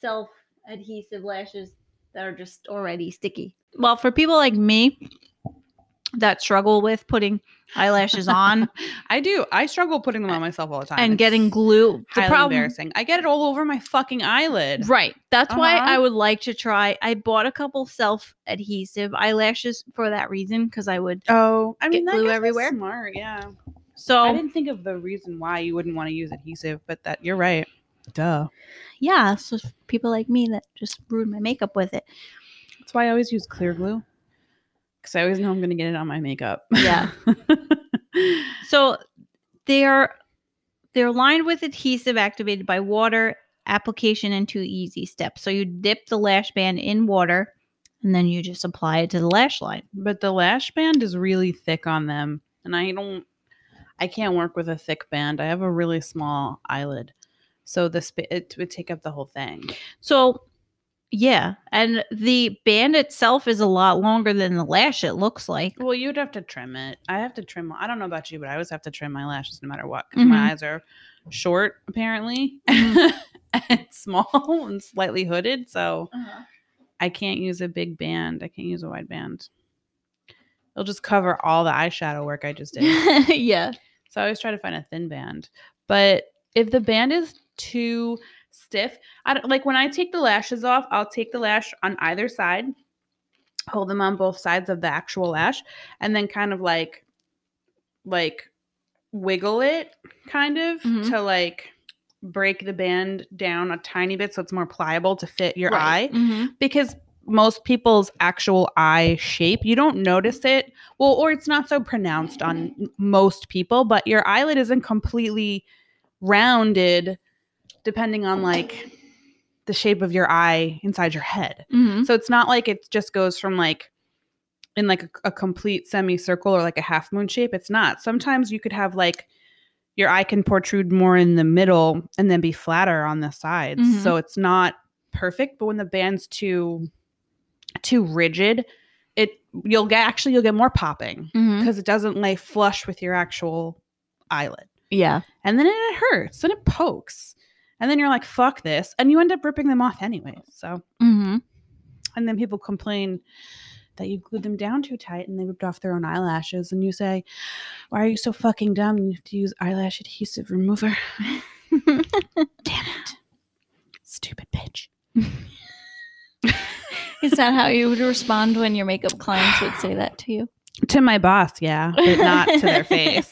Speaker 1: self adhesive lashes that are just already sticky. Well, for people like me that struggle with putting eyelashes on
Speaker 2: I do. I struggle putting them on myself all the time.
Speaker 1: and getting glue. The
Speaker 2: highly
Speaker 1: problem,
Speaker 2: embarrassing. I get it all over my fucking eyelid.
Speaker 1: right? That's why
Speaker 2: Uh-huh.
Speaker 1: I would like to try. I bought a couple self adhesive eyelashes for that reason because I would.
Speaker 2: Oh, I
Speaker 1: Get
Speaker 2: mean, that
Speaker 1: glue
Speaker 2: guy's
Speaker 1: everywhere.
Speaker 2: Smart, yeah. I
Speaker 1: So
Speaker 2: didn't think of the reason why you wouldn't want to use adhesive, but that you're right. Duh.
Speaker 1: yeah, so people like me that just ruin my makeup with it.
Speaker 2: That's why I always use clear glue because I always know I'm going to get it on my makeup.
Speaker 1: Yeah. So they're they're lined with adhesive activated by water application in two easy steps. So you dip the lash band in water and then you just apply it to the lash line.
Speaker 2: but the lash band is really thick on them, and I don't, I can't work with a thick band. I have a really small eyelid, so the sp- it would take up the whole thing.
Speaker 1: So yeah, and the band itself is a lot longer than the lash it looks like.
Speaker 2: Well, you'd have to trim it. I have to trim. I don't know about you, but I always have to trim my lashes no matter what 'cause my eyes are short apparently and small and slightly hooded, so
Speaker 1: Uh-huh.
Speaker 2: I can't use a big band. I can't use a wide band. It'll just cover all the eyeshadow work I just did.
Speaker 1: yeah.
Speaker 2: so I always try to find a thin band. But if the band is too stiff, I don't, like when I take the lashes off, I'll take the lash on either side, hold them on both sides of the actual lash, and then kind of like, like, wiggle it kind of
Speaker 1: Mhm.
Speaker 2: to like break the band down a tiny bit so it's more pliable to fit your eye
Speaker 1: Mhm.
Speaker 2: because most people's actual eye shape you don't notice it well or it's not so pronounced on m- most people but your eyelid isn't completely rounded depending on like the shape of your eye inside your head
Speaker 1: Mhm.
Speaker 2: so it's not like it just goes from like in like a, a complete semicircle or like a half moon shape it's not sometimes you could have like your eye can protrude more in the middle and then be flatter on the sides
Speaker 1: Mhm.
Speaker 2: so it's not perfect but when the band's too too rigid it you'll get actually you'll get more popping
Speaker 1: Mhm.
Speaker 2: because it doesn't lay flush with your actual eyelid
Speaker 1: Yeah.
Speaker 2: and then it hurts and it pokes and then you're like fuck this and you end up ripping them off anyway so
Speaker 1: Mhm.
Speaker 2: and then people complain that you glued them down too tight and they ripped off their own eyelashes. And you say, Why are you so fucking dumb? You have to use eyelash adhesive remover. Damn it. Stupid bitch.
Speaker 1: Is that how you would respond when your makeup clients would say that to you?
Speaker 2: To my boss, yeah, but not to their face.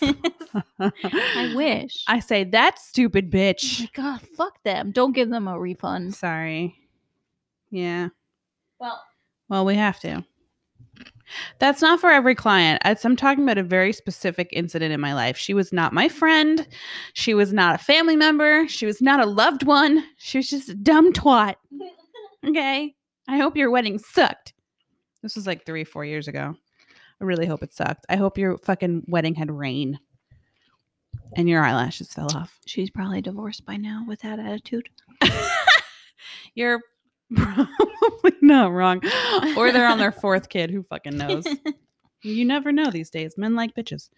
Speaker 1: I wish.
Speaker 2: I say, That stupid bitch.
Speaker 1: Like, Oh God, fuck them. Don't give them a refund.
Speaker 2: Sorry. Yeah.
Speaker 1: Well,
Speaker 2: Well, we have to. That's not for every client. As I'm talking about a very specific incident in my life. She was not my friend. She was not a family member. She was not a loved one. She was just a dumb twat. Okay. I hope your wedding sucked. This was like three, four years ago. I really hope it sucked. I hope your fucking wedding had rain and your eyelashes fell off.
Speaker 1: she's probably divorced by now with that attitude.
Speaker 2: You're probably not wrong. Or they're on their fourth kid. Who fucking knows? You never know these days. Men like bitches.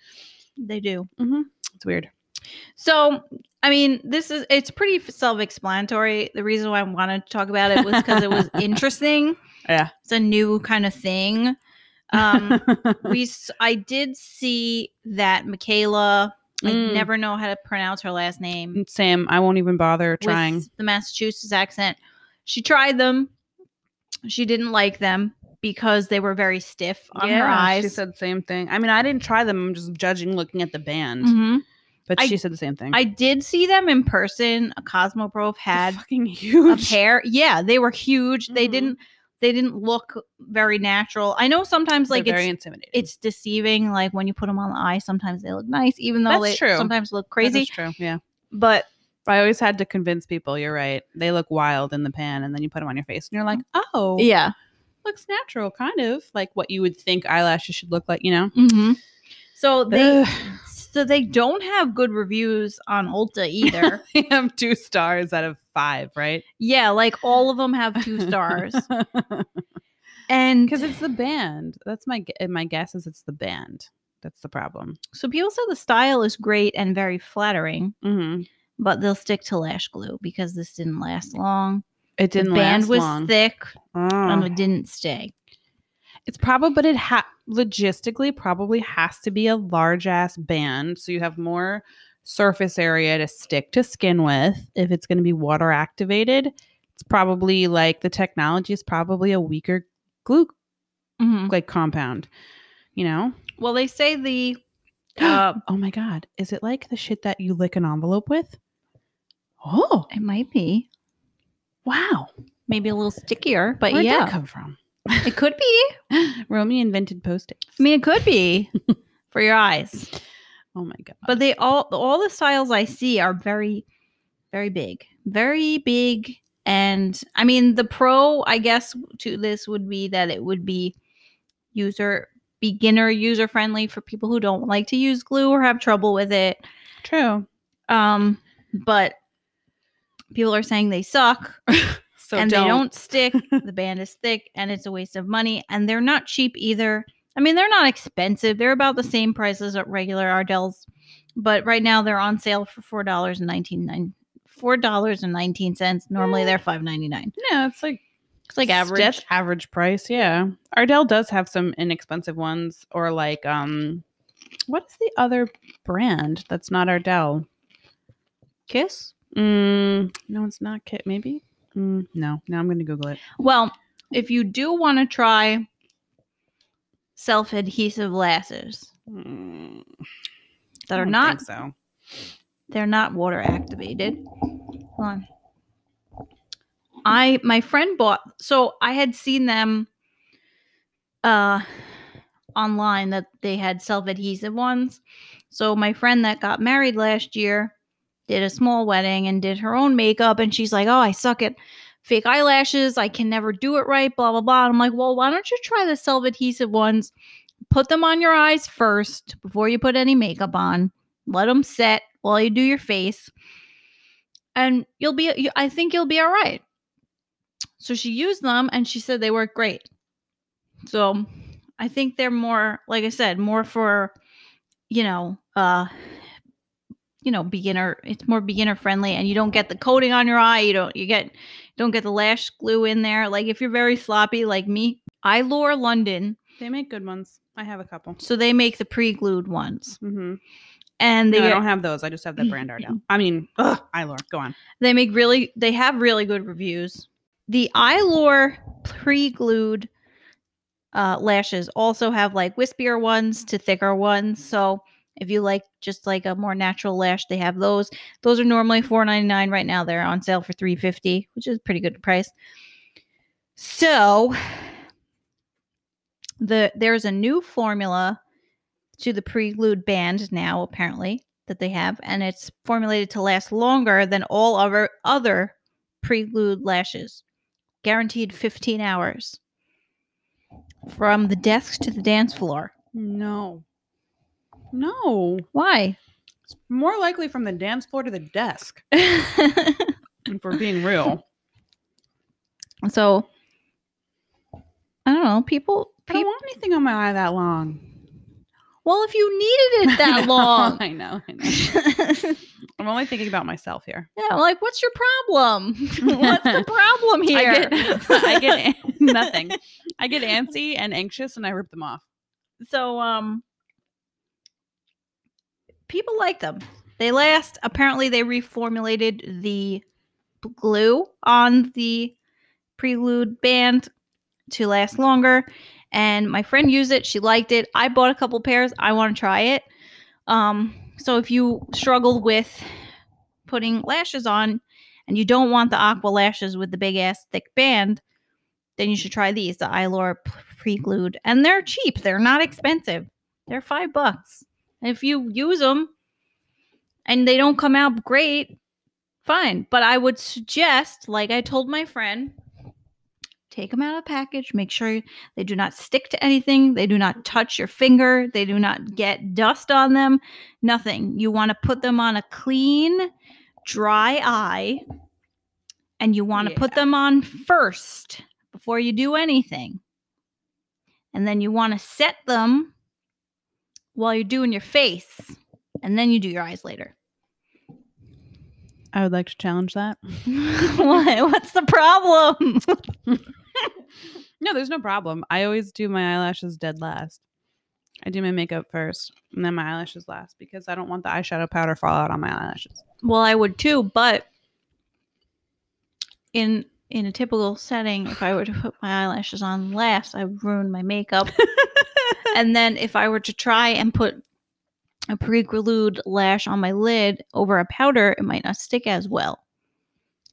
Speaker 1: they do.
Speaker 2: It's weird.
Speaker 1: So, I mean, this is it's pretty f- self-explanatory. The reason why I wanted to talk about it was because it was interesting.
Speaker 2: Yeah.
Speaker 1: It's a new kind of thing. Um we s- I did see that Michaela I
Speaker 2: Mm.
Speaker 1: never know how to pronounce her last name.
Speaker 2: Sam, I won't even bother
Speaker 1: with
Speaker 2: trying.
Speaker 1: the Massachusetts accent. She tried them. She didn't like them because they were very stiff on her eyes.
Speaker 2: She said same thing. I mean, I didn't try them. I'm just judging looking at the band.
Speaker 1: Mhm.
Speaker 2: But
Speaker 1: I-
Speaker 2: she said the same thing.
Speaker 1: I did see them in person. A Cosmoprof
Speaker 2: They're
Speaker 1: had
Speaker 2: fucking
Speaker 1: a
Speaker 2: huge.
Speaker 1: pair. Yeah, they were huge. They
Speaker 2: Mhm.
Speaker 1: didn't they didn't look very natural. I know sometimes
Speaker 2: They're
Speaker 1: like
Speaker 2: very
Speaker 1: it's
Speaker 2: intimidating.
Speaker 1: it's deceiving like when you put them on the eye sometimes they look nice even though
Speaker 2: That's
Speaker 1: they
Speaker 2: true.
Speaker 1: sometimes look
Speaker 2: That is
Speaker 1: crazy.
Speaker 2: true. Yeah.
Speaker 1: But
Speaker 2: I always had to convince people. You're right. They look wild in the pan, and then you put them on your face, and you're like,
Speaker 1: Mm.
Speaker 2: oh,
Speaker 1: yeah.
Speaker 2: looks natural, kind of like what you would think eyelashes should look like. You know.
Speaker 1: Mhm. So they
Speaker 2: Ugh.
Speaker 1: So they don't have good reviews on Ulta either.
Speaker 2: I have two stars out of five, right?
Speaker 1: yeah, like all of them have two stars. And
Speaker 2: because it's the band. That's my gu- my guess is it's the band. That's the problem.
Speaker 1: so people say the style is great and very flattering,
Speaker 2: Mm-hmm.
Speaker 1: but they'll stick to lash glue because this didn't last long.
Speaker 2: It
Speaker 1: The
Speaker 2: didn't
Speaker 1: band
Speaker 2: last
Speaker 1: was
Speaker 2: long.
Speaker 1: thick
Speaker 2: Oh.
Speaker 1: and it didn't stay.
Speaker 2: It's probably, but it ha- logistically probably has to be a large ass band. So you have more surface area to stick to skin with. If it's going to be water activated, it's probably like the technology is probably a weaker glue like compound, you know?
Speaker 1: Mm-hmm. Well, they say the uh,
Speaker 2: oh my God. Is it like the shit that you lick an envelope with? Oh,
Speaker 1: it might be
Speaker 2: wow.
Speaker 1: maybe a little stickier, but
Speaker 2: Where'd that
Speaker 1: yeah,
Speaker 2: come from?
Speaker 1: it could be.
Speaker 2: Romy invented post-its.
Speaker 1: I mean, it could be for your eyes.
Speaker 2: oh my God.
Speaker 1: But they all all the styles I see are very, very big, very big. And I mean, the pro, I guess, to this would be that it would be user beginner user friendly for people who don't like to use glue or have trouble with it.
Speaker 2: True.
Speaker 1: Um, but people are saying they suck
Speaker 2: So
Speaker 1: and they don't stick. the band is thick and it's a waste of money. And they're not cheap either. I mean, they're not expensive. They're about the same price as a regular Ardell's, but right now they're on sale for four dollars and nineteen nine four dollars and nineteen cents. Normally they're five ninety nine.
Speaker 2: Yeah, it's like
Speaker 1: It's like average.
Speaker 2: That's average price, yeah. Ardell does have some inexpensive ones, or like um, what is the other brand that's not Ardell?
Speaker 1: Kiss.
Speaker 2: Mm, no, it's not Kit. Maybe. Mm, no, now I'm gonna Google it.
Speaker 1: Well, if you do want to try self adhesive lasers
Speaker 2: Mm,
Speaker 1: that
Speaker 2: I
Speaker 1: are
Speaker 2: don't
Speaker 1: not
Speaker 2: think so.
Speaker 1: they're not water activated. Hold on. I my friend bought so I had seen them uh online that they had self-adhesive ones. So my friend that got married last year did a small wedding and did her own makeup and she's like, "Oh, I suck at fake eyelashes. I can never do it right, blah blah blah." And I'm like, "Well, why don't you try the self-adhesive ones? Put them on your eyes first before you put any makeup on." let them set while you do your face and you'll be you, i think you'll be all right so she used them and she said they work great so i think they're more like i said more for you know uh you know beginner it's more beginner friendly and you don't get the coating on your eye you don't you get you don't get the lash glue in there like if you're very sloppy like me i lure london
Speaker 2: They make good ones. I have a couple.
Speaker 1: so they make the pre-glued ones
Speaker 2: Mm-hmm.
Speaker 1: and
Speaker 2: No,
Speaker 1: they
Speaker 2: Oh, I
Speaker 1: get-
Speaker 2: don't have those. I just have that brand Ardell. I mean, ugh, Ilor. Go on.
Speaker 1: They make really they have really good reviews. The Eyelure pre-glued uh, lashes also have like wispier ones to thicker ones. So if you like just like a more natural lash, they have those. Those are normally $4.99 right now. They're on sale for $3.50, which is a pretty good price. So the there's a new formula to the pre-glued band now apparently that they have and it's formulated to last longer than all other other pre-glued lashes guaranteed 15 hours from the desk to the dance floor
Speaker 2: No. No.
Speaker 1: why
Speaker 2: It's more likely from the dance floor to the desk. If we're being real.
Speaker 1: so i don't know people,
Speaker 2: I don't
Speaker 1: people
Speaker 2: want anything on my eye that long.
Speaker 1: well if you needed it
Speaker 2: I
Speaker 1: that
Speaker 2: know,
Speaker 1: long
Speaker 2: I know. I know.
Speaker 1: yeah
Speaker 2: I'm only thinking about myself here.
Speaker 1: I'm like what's your problem what's the problem here
Speaker 2: I get, I get an- nothing. I get antsy and anxious, and I rip them off.
Speaker 1: so um people like them they last apparently they reformulated the b- glue on the prelude band to last longer and my friend used it she liked it i bought a couple pairs i want to try it um so if you struggle with putting lashes on and you don't want the aqua lashes with the big ass thick band then you should try these the Ilor pre-glued and they're cheap they're not expensive they're five bucks and if you use them and they don't come out great fine but i would suggest like i told my friend take them out of the package make sure they do not stick to anything they do not touch your finger they do not get dust on them nothing you want to put them on a clean dry eye and you want to
Speaker 2: Yeah.
Speaker 1: put them on first before you do anything and then you want to set them while you're doing your face and then you do your eyes later
Speaker 2: I would like to challenge that.
Speaker 1: what? What's the problem?
Speaker 2: No, there's no problem. I always do my eyelashes dead last. I do my makeup first and then my eyelashes last because I don't want the eyeshadow powder fall out on my eyelashes.
Speaker 1: Well, I would too, but in in a typical setting, if I were to put my eyelashes on last, I would ruin my makeup. and then if I were to try and put a pre-glued lash on my lid over a powder, it might not stick as well.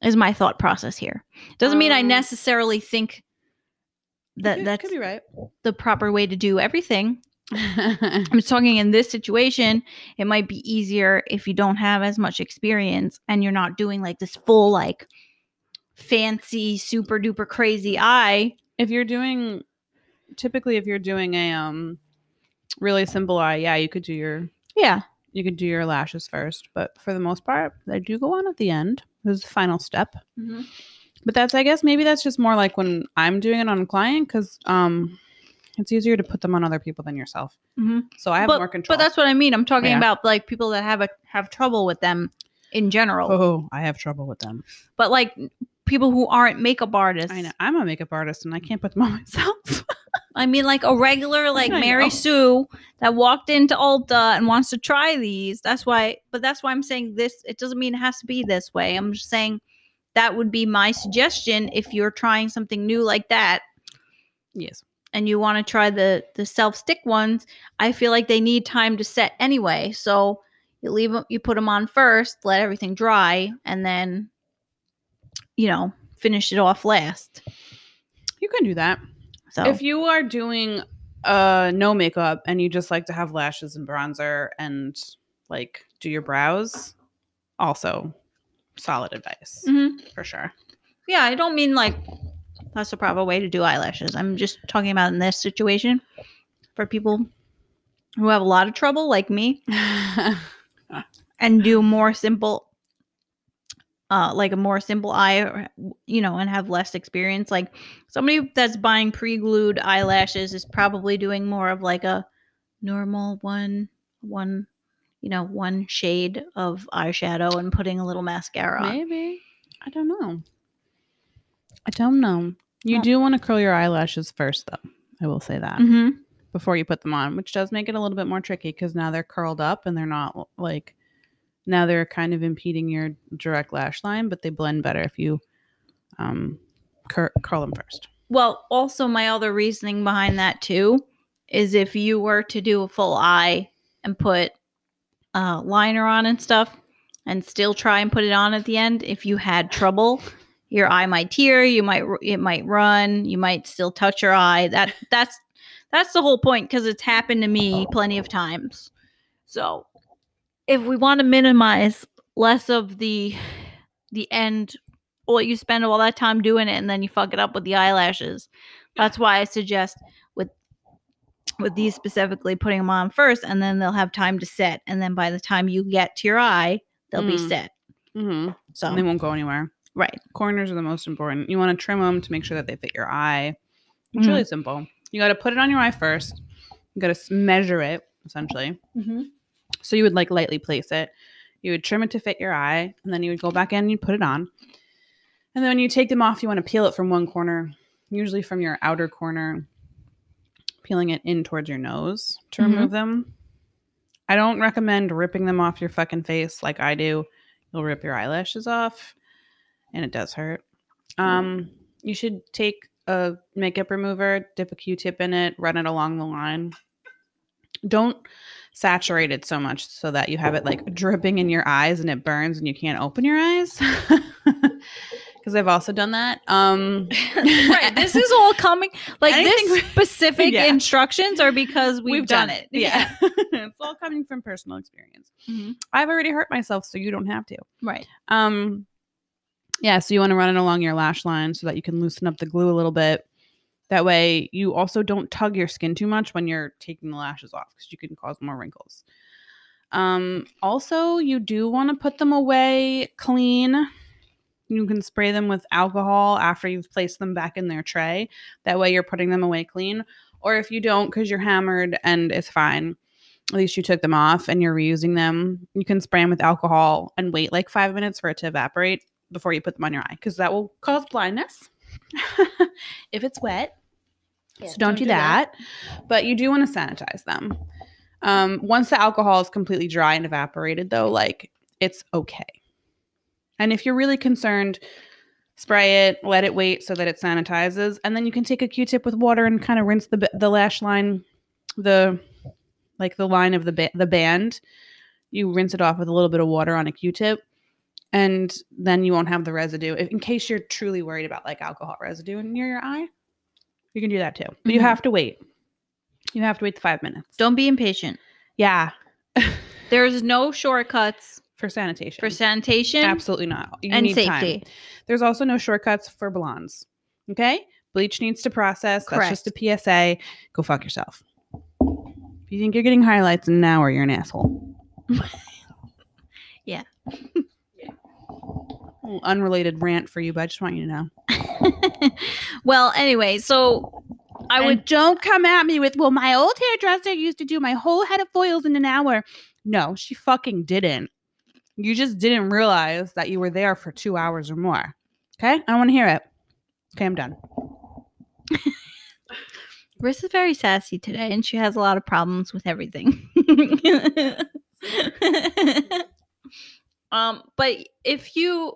Speaker 1: Is my thought process here. Doesn't mean I
Speaker 2: Um,
Speaker 1: necessarily think that
Speaker 2: Could-
Speaker 1: that's
Speaker 2: could be right.
Speaker 1: the proper way to do everything. I'm just talking in this situation, it might be easier if you don't have as much experience and you're not doing like this full, like fancy, super duper crazy eye.
Speaker 2: if you're doing typically if you're doing a um really simple eye, yeah, you could do your
Speaker 1: Yeah.
Speaker 2: you could do your lashes first, but for the most part, they do go on at the end. This is the final step. But that's, I guess, maybe that's just more like when I'm doing it on a client because um, it's easier to put them on other people than yourself.
Speaker 1: Mhm.
Speaker 2: So I have
Speaker 1: but,
Speaker 2: more control.
Speaker 1: But that's what I mean. I'm talking
Speaker 2: Yeah.
Speaker 1: about like people that have a have trouble with them in general.
Speaker 2: oh, I have trouble with them.
Speaker 1: But like people who aren't makeup artists.
Speaker 2: I know I'm a makeup artist and I can't put them on myself.
Speaker 1: I mean, like a regular, like
Speaker 2: I
Speaker 1: Mary
Speaker 2: know.
Speaker 1: Sue that walked into Ulta and wants to try these. That's why, but that's why I'm saying this. It doesn't mean it has to be this way. I'm just saying that would be my suggestion if you're trying something new like that
Speaker 2: yes.
Speaker 1: and you want to try the the self stick ones. I feel like they need time to set anyway. So you leave 'em- you put them on first, let everything dry, and then you know finish it off last.
Speaker 2: You can do that.
Speaker 1: So
Speaker 2: If you are doing uh no makeup and you just like to have lashes and bronzer and like do your brows, also solid advice
Speaker 1: Mhm.
Speaker 2: for sure.
Speaker 1: Yeah, I don't mean like that's the proper way to do eyelashes. I'm just talking about in this situation for people who have a lot of trouble, like me, and do more simple, uh, like a more simple eye, or, you know, and have less experience. Like somebody that's buying pre glued eyelashes is probably doing more of like a normal one, one, you know, one shade of eyeshadow and putting a little mascara on.
Speaker 2: Maybe. uh, I don't know. I don't know. You
Speaker 1: Well-
Speaker 2: do want to curl your eyelashes first, though. I will say that
Speaker 1: Mm-hmm.
Speaker 2: before you put them on, which does make it a little bit more tricky because now they're curled up and they're not like now they're kind of impeding your direct lash line, but they blend better if you um, cur- curl them first.
Speaker 1: Well, also my other reasoning behind that too is if you were to do a full eye and put uh, liner on and stuff, and still try and put it on at the end, if you had trouble, your eye might tear, you might it might run, you might still touch your eye. That that's that's the whole point because it's happened to me plenty of times. So if we want to minimize less of the the end well you spend all that time doing it and then you fuck it up with the eyelashes that's why i suggest with with these specifically putting them on first and then they'll have time to set and then by the time you get to your eye they'll be
Speaker 2: Mm.
Speaker 1: set
Speaker 2: Mm-hmm.
Speaker 1: so
Speaker 2: they won't go anywhere.
Speaker 1: right
Speaker 2: Corners are the most important. You want to trim them to make sure that they fit your eye. It's
Speaker 1: Mhm.
Speaker 2: really simple. You got to put it on your eye first. You got to measure it essentially. So you would like lightly place it. You would trim it to fit your eye, and then you would go back in and you'd put it on. And then when you take them off, you want to peel it from one corner, usually from your outer corner, peeling it in towards your nose to
Speaker 1: Mhm.
Speaker 2: remove them. I don't recommend ripping them off your fucking face like I do. You'll rip your eyelashes off, and it does hurt. Um, you should take a makeup remover, dip a Q-tip in it, run it along the line. Don't saturate it so much so that you have it like dripping in your eyes and it burns and you can't open your eyes. Because I've also done that. Um,
Speaker 1: right this is all coming like this
Speaker 2: Anything-
Speaker 1: specific
Speaker 2: Yeah.
Speaker 1: instructions are because we've, done, it,
Speaker 2: Yeah. it's all coming from personal experience.
Speaker 1: Mhm.
Speaker 2: I've already hurt myself, so you don't have to.
Speaker 1: right
Speaker 2: Um, yeah, so you want to run it along your lash line so that you can loosen up the glue a little bit. That way, you also don't tug your skin too much when you're taking the lashes off because you can cause more wrinkles. Um, also, you do want to put them away clean. You can spray them with alcohol after you've placed them back in their tray. That way, you're putting them away clean. Or if you don't because you're hammered and it's fine, at least you took them off and you're reusing them. You can spray them with alcohol and wait like five minutes for it to evaporate before you put them on your eye because that will cause blindness if it's wet
Speaker 1: Yes,
Speaker 2: so don't, do that. But you do want to sanitize them. Um, once the alcohol is completely dry and evaporated, though, like it's okay. And if you're really concerned, spray it, let it wait so that it sanitizes, and then you can take a Q-tip with water and kind of rinse the b- the lash line, the like the line of the ba- the band. You rinse it off with a little bit of water on a Q-tip, and then you won't have the residue. If- In case you're truly worried about like alcohol residue near your eye, you can do that too. But you
Speaker 1: Mhm.
Speaker 2: have to wait. You have to wait the five minutes.
Speaker 1: Don't be impatient.
Speaker 2: Yeah,
Speaker 1: There's no shortcuts
Speaker 2: for sanitation.
Speaker 1: for sanitation
Speaker 2: Absolutely not. You
Speaker 1: and
Speaker 2: need time.
Speaker 1: safety.
Speaker 2: There's also no shortcuts for blondes. Okay? Bleach needs to process. That's just a PSA. Go fuck yourself. If you think you're getting highlights in an hour, you're an asshole.
Speaker 1: Yeah.
Speaker 2: Little Unrelated rant for you, but I just want you to know.
Speaker 1: well, anyway, so I
Speaker 2: And
Speaker 1: would
Speaker 2: don't come at me with, well, my old hairdresser used to do my whole head of foils in an hour. No, she fucking didn't. You just didn't realize that you were there for two hours or more. Okay? I don't want to hear it. Okay, I'm done.
Speaker 1: Riss is very sassy today, and she has a lot of problems with everything. um, but if you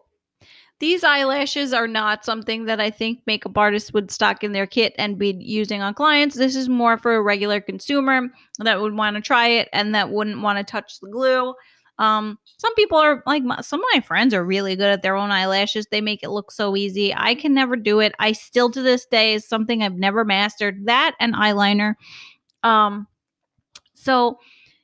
Speaker 1: these eyelashes are not something that I think makeup artists would stock in their kit and be using on clients. This is more for a regular consumer that would want to try it and that wouldn't want to touch the glue. Um, some people are like my, some of my friends are really good at their own eyelashes. They make it look so easy. I can never do it. I still to this day is something I've never mastered. That and eyeliner. Um, so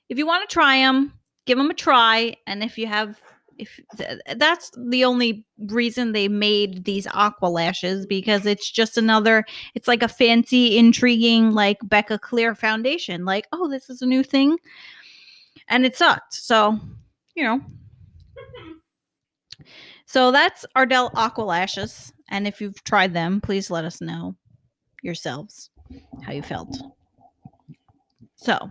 Speaker 1: if you want to try them, give them a try. And if you have, if th- that's the only reason they made these aqua lashes because it's just another. It's like a fancy, intriguing like Becca Clear foundation. Like, oh, this is a new thing, and it sucked. So you know. So that's Ardell Aqua Lashes. And if you've tried them, please let us know yourselves how you felt. So,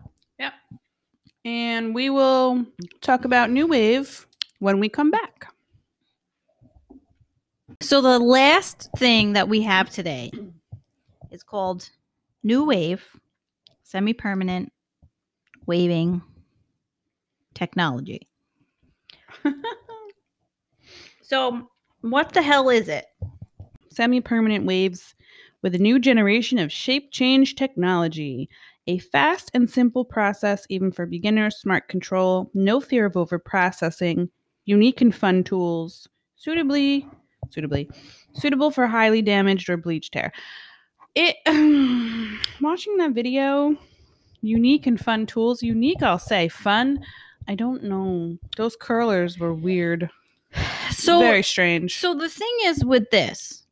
Speaker 2: And we will talk about New Wave when we come back.
Speaker 1: so the last thing that we have today is called New Wave Semi Permanent Waving Technology. So, what the hell is it?
Speaker 2: Semi permanent waves with a new generation of shape change technology. A fast and simple process, even for beginners, smart control, no fear of over processing, unique and fun tools, suitably, suitably, suitable for highly damaged or bleached hair. It, watching that video, unique and fun tools, unique, I'll say, fun. I don't know. Those curlers were weird.
Speaker 1: So,
Speaker 2: very strange.
Speaker 1: So the thing is with this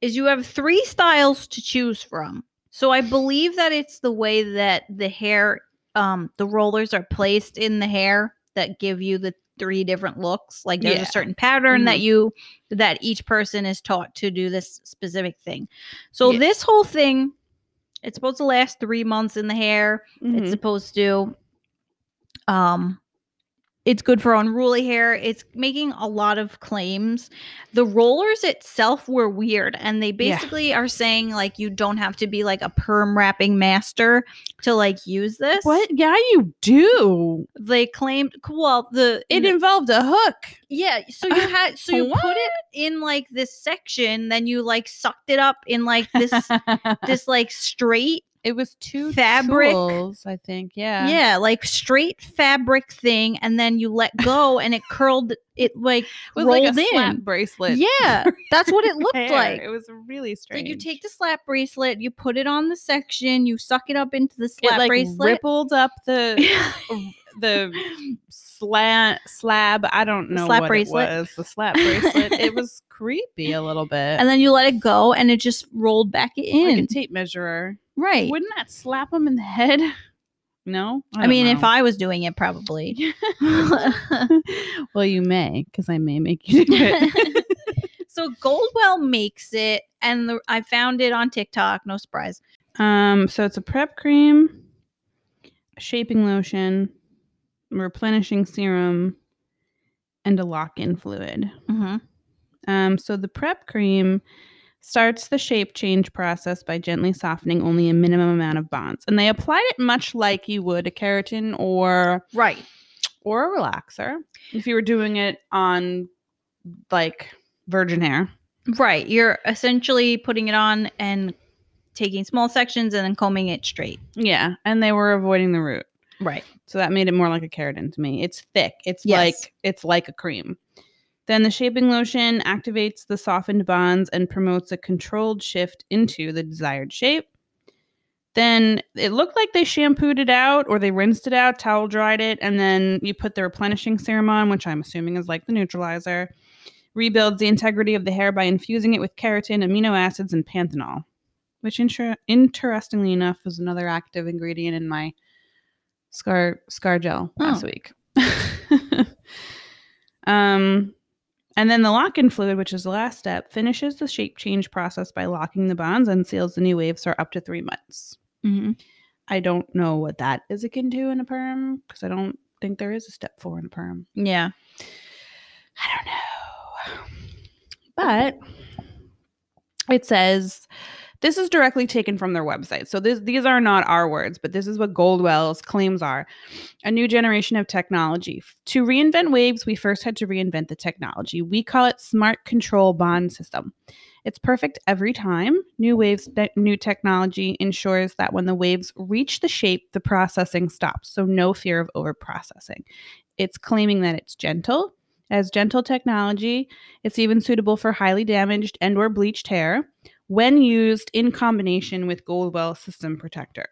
Speaker 1: is you have three styles to choose from. So I believe that it's the way that the hair um the rollers are placed in the hair that give you the three different looks. Like there's
Speaker 2: Yeah.
Speaker 1: a certain pattern that you that each person is taught to do this specific thing. So
Speaker 2: Yes.
Speaker 1: this whole thing it's supposed to last 3 months in the hair. It's
Speaker 2: Mhm.
Speaker 1: supposed to. Um, it's good for unruly hair. It's making a lot of claims. The rollers itself were weird, and they
Speaker 2: Yeah.
Speaker 1: basically are saying like you don't have to be like a perm wrapping master to like use this.
Speaker 2: what? Yeah, you do.
Speaker 1: they claimed? Well, the
Speaker 2: It involved a hook.
Speaker 1: yeah. So you had so you put
Speaker 2: What?
Speaker 1: it in like this section, then you like sucked it up in like this this like straight
Speaker 2: it was two
Speaker 1: fabric.
Speaker 2: tools, I think. Yeah.
Speaker 1: Yeah, like straight fabric thing, and then you let go, and it curled. It like
Speaker 2: It was
Speaker 1: rolled
Speaker 2: like a slap
Speaker 1: in.
Speaker 2: bracelet.
Speaker 1: yeah, that's what it looked
Speaker 2: hair.
Speaker 1: like.
Speaker 2: It was really
Speaker 1: So
Speaker 2: strange.
Speaker 1: you take the slap bracelet, you put it on the section, you suck it up into the
Speaker 2: it
Speaker 1: slap
Speaker 2: like
Speaker 1: bracelet.
Speaker 2: rippled up the the slant slab. I don't know
Speaker 1: Slap
Speaker 2: what
Speaker 1: bracelet.
Speaker 2: it was. The slap bracelet. it was creepy a little bit.
Speaker 1: and then you let it go, and it just rolled back in.
Speaker 2: like a tape measurer.
Speaker 1: right.
Speaker 2: Wouldn't that slap him in the head? No.
Speaker 1: I,
Speaker 2: don't
Speaker 1: mean, if
Speaker 2: know.
Speaker 1: I was doing it, probably.
Speaker 2: well, you may, because I may make you do it.
Speaker 1: so Goldwell makes it, and the, I found it on TikTok. No surprise.
Speaker 2: um, so it's a prep cream, a shaping lotion, a replenishing serum, and a lock-in fluid.
Speaker 1: Mm-hmm.
Speaker 2: Um, so the prep cream starts the shape change process by gently softening only a minimum amount of bonds. And they applied it much like you would a keratin or
Speaker 1: Right.
Speaker 2: or a relaxer if you were doing it on like virgin hair.
Speaker 1: Right. You're essentially putting it on and taking small sections and then combing it straight.
Speaker 2: Yeah, and they were avoiding the root.
Speaker 1: Right.
Speaker 2: So that made it more like a keratin to me. It's thick. It's
Speaker 1: Yes.
Speaker 2: like it's like a cream. Then the shaping lotion activates the softened bonds and promotes a controlled shift into the desired shape. Then it looked like they shampooed it out or they rinsed it out, towel dried it, and then you put the replenishing serum on, which I'm assuming is like the neutralizer. Rebuilds the integrity of the hair by infusing it with keratin, amino acids, and panthenol, which inter- interestingly enough was another active ingredient in my scar scar gel last
Speaker 1: Oh.
Speaker 2: week. um, and then the lock-in fluid, which is the last step, finishes the shape change process by locking the bonds and seals the new waves for up to three months.
Speaker 1: Mm-hmm.
Speaker 2: I don't know what that is akin to in a perm because I don't think there is a step four in a perm.
Speaker 1: Yeah.
Speaker 2: I don't know. But it says this is directly taken from their website. So this, these are not our words, but this is what Goldwell's claims are. A new generation of technology. F- To reinvent waves, we first had to reinvent the technology. We call it smart control bond system. It's perfect every time. New waves, te- new technology ensures that when the waves reach the shape, the processing stops. So no fear of overprocessing. It's claiming that it's gentle, as gentle technology. It's even suitable for highly damaged and or bleached hair when used in combination with Goldwell system protector.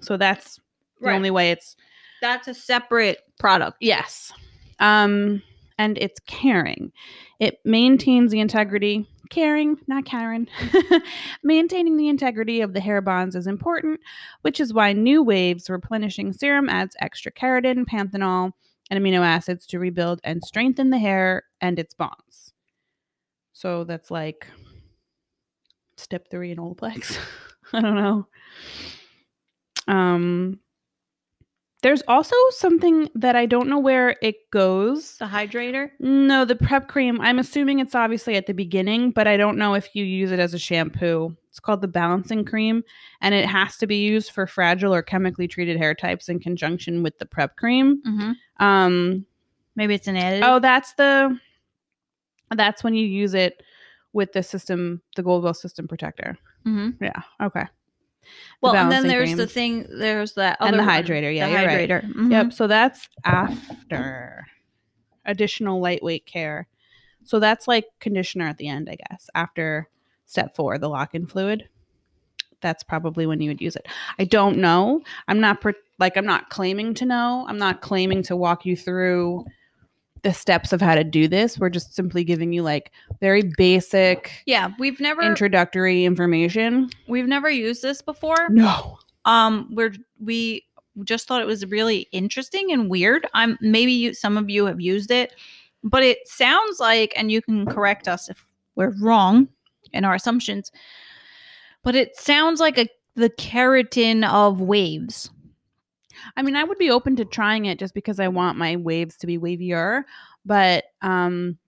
Speaker 2: So that's the
Speaker 1: Right.
Speaker 2: only way it's
Speaker 1: That's a separate product.
Speaker 2: Yes. Um, and it's caring. It maintains the integrity, caring, not Karen. Maintaining the integrity of the hair bonds is important, which is why New Wave's replenishing serum adds extra keratin, panthenol, and amino acids to rebuild and strengthen the hair and its bonds. So that's like step three in Olaplex. I don't know. Um, there's also something that I don't know where it goes.
Speaker 1: The hydrator.
Speaker 2: No, the prep cream, I'm assuming it's obviously at the beginning, but I don't know if you use it as a shampoo. It's called the balancing cream, and it has to be used for fragile or chemically treated hair types in conjunction with the prep cream.
Speaker 1: Mm-hmm.
Speaker 2: Um,
Speaker 1: Maybe it's an additive.
Speaker 2: oh, that's the that's when you use it with the system, the Goldwell system protector.
Speaker 1: Mm-hmm.
Speaker 2: Yeah. Okay.
Speaker 1: Well, and then
Speaker 2: balancing
Speaker 1: there's
Speaker 2: cream.
Speaker 1: the thing. There's that
Speaker 2: And
Speaker 1: other
Speaker 2: the
Speaker 1: one,
Speaker 2: hydrator. Yeah,
Speaker 1: the
Speaker 2: you're right.
Speaker 1: hydrator. Mhm.
Speaker 2: Yep. So that's after additional lightweight care. So that's like conditioner at the end, I guess, after step four, the lock in fluid. That's probably when you would use it. I don't know. I'm not per- like, I'm not claiming to know. I'm not claiming to walk you through the steps of how to do this. We're just simply giving you like very basic
Speaker 1: Yeah, we've never
Speaker 2: introductory information.
Speaker 1: we've never used this before.
Speaker 2: No.
Speaker 1: Um, we're we just thought it was really interesting and weird. I'm maybe you some of you have used it, but it sounds like, and you can correct us if we're wrong in our assumptions. But it sounds like a the keratin of waves.
Speaker 2: I mean, I would be open to trying it just because I want my waves to be wavier, but um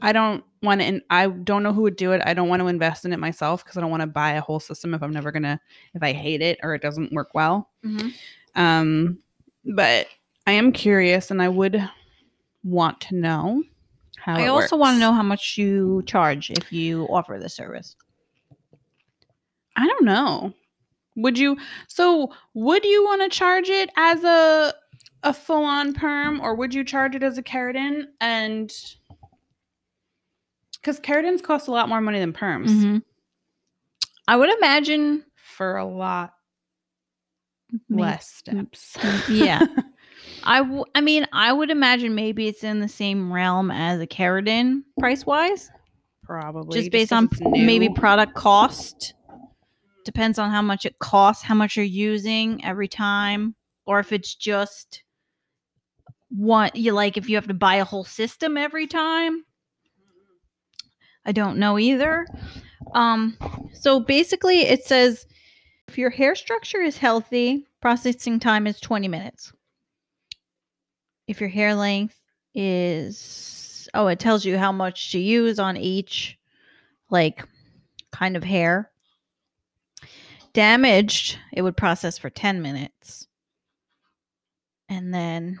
Speaker 2: I don't want to and I don't know who would do it. I don't want to invest in it myself because I don't want to buy a whole system if I'm never going to if I hate it or it doesn't work well.
Speaker 1: Mm-hmm.
Speaker 2: Um but I am curious and I would want to know how
Speaker 1: I
Speaker 2: it
Speaker 1: also want to
Speaker 2: works.
Speaker 1: know how much you charge if you offer the service.
Speaker 2: I don't know. Would you so would you want to charge it as a a full on perm or would you charge it as a keratin and cuz keratins cost a lot more money than perms
Speaker 1: Mm-hmm. I would imagine.
Speaker 2: for a lot
Speaker 1: may-
Speaker 2: less steps.
Speaker 1: yeah. I, w- I mean, I would imagine maybe it's in the same realm as a keratin price wise,
Speaker 2: Probably.
Speaker 1: just based
Speaker 2: 'cause
Speaker 1: on
Speaker 2: it's
Speaker 1: maybe
Speaker 2: new.
Speaker 1: product cost. Depends on how much it costs, how much you're using every time, or if it's just one, you like if you have to buy a whole system every time. I don't know either. Um, so basically, it says if your hair structure is healthy, processing time is 20 minutes. If your hair length is, oh, it tells you how much to use on each. like kind of hair. Damaged, it would process for 10 minutes. And then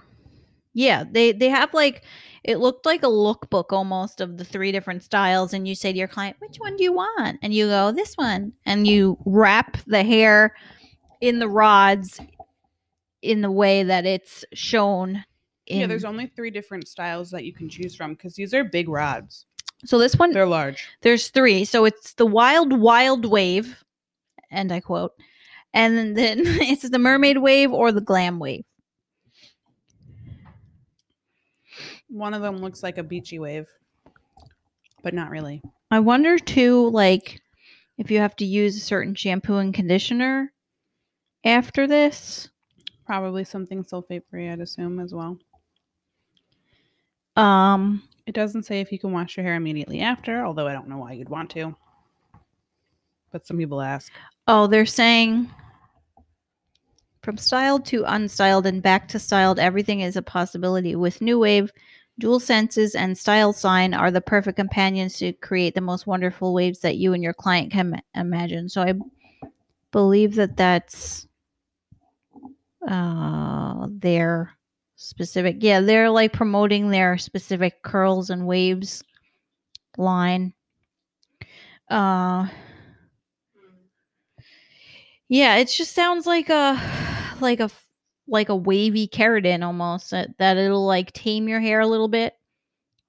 Speaker 1: yeah, they they have like it looked like a lookbook almost of the three different styles and you say to your client, "Which one do you want?" and you go, "This one." And you wrap the hair in the rods in the way that it's shown in
Speaker 2: yeah, there's only three different styles that you can choose from because these are big rods.
Speaker 1: So this one
Speaker 2: They're large.
Speaker 1: There's three. So it's the wild, wild wave, and I quote, and then it's the mermaid wave or the glam wave.
Speaker 2: One of them looks like a beachy wave, but not really.
Speaker 1: I wonder too, like, if you have to use a certain shampoo and conditioner after this.
Speaker 2: Probably something sulfate free, I'd assume, as well.
Speaker 1: Um,
Speaker 2: It doesn't say if you can wash your hair immediately after, although I don't know why you'd want to. But some people ask.
Speaker 1: oh, they're saying from styled to unstyled and back to styled, everything is a possibility. With New Wave, dual senses and style sign are the perfect companions to create the most wonderful waves that you and your client can imagine. So I believe that that's uh, their specific. Yeah, they're like promoting their specific curls and waves line. Uh, yeah, it just sounds like a like a f- like a wavy keratin almost that, that it'll like tame your hair a little bit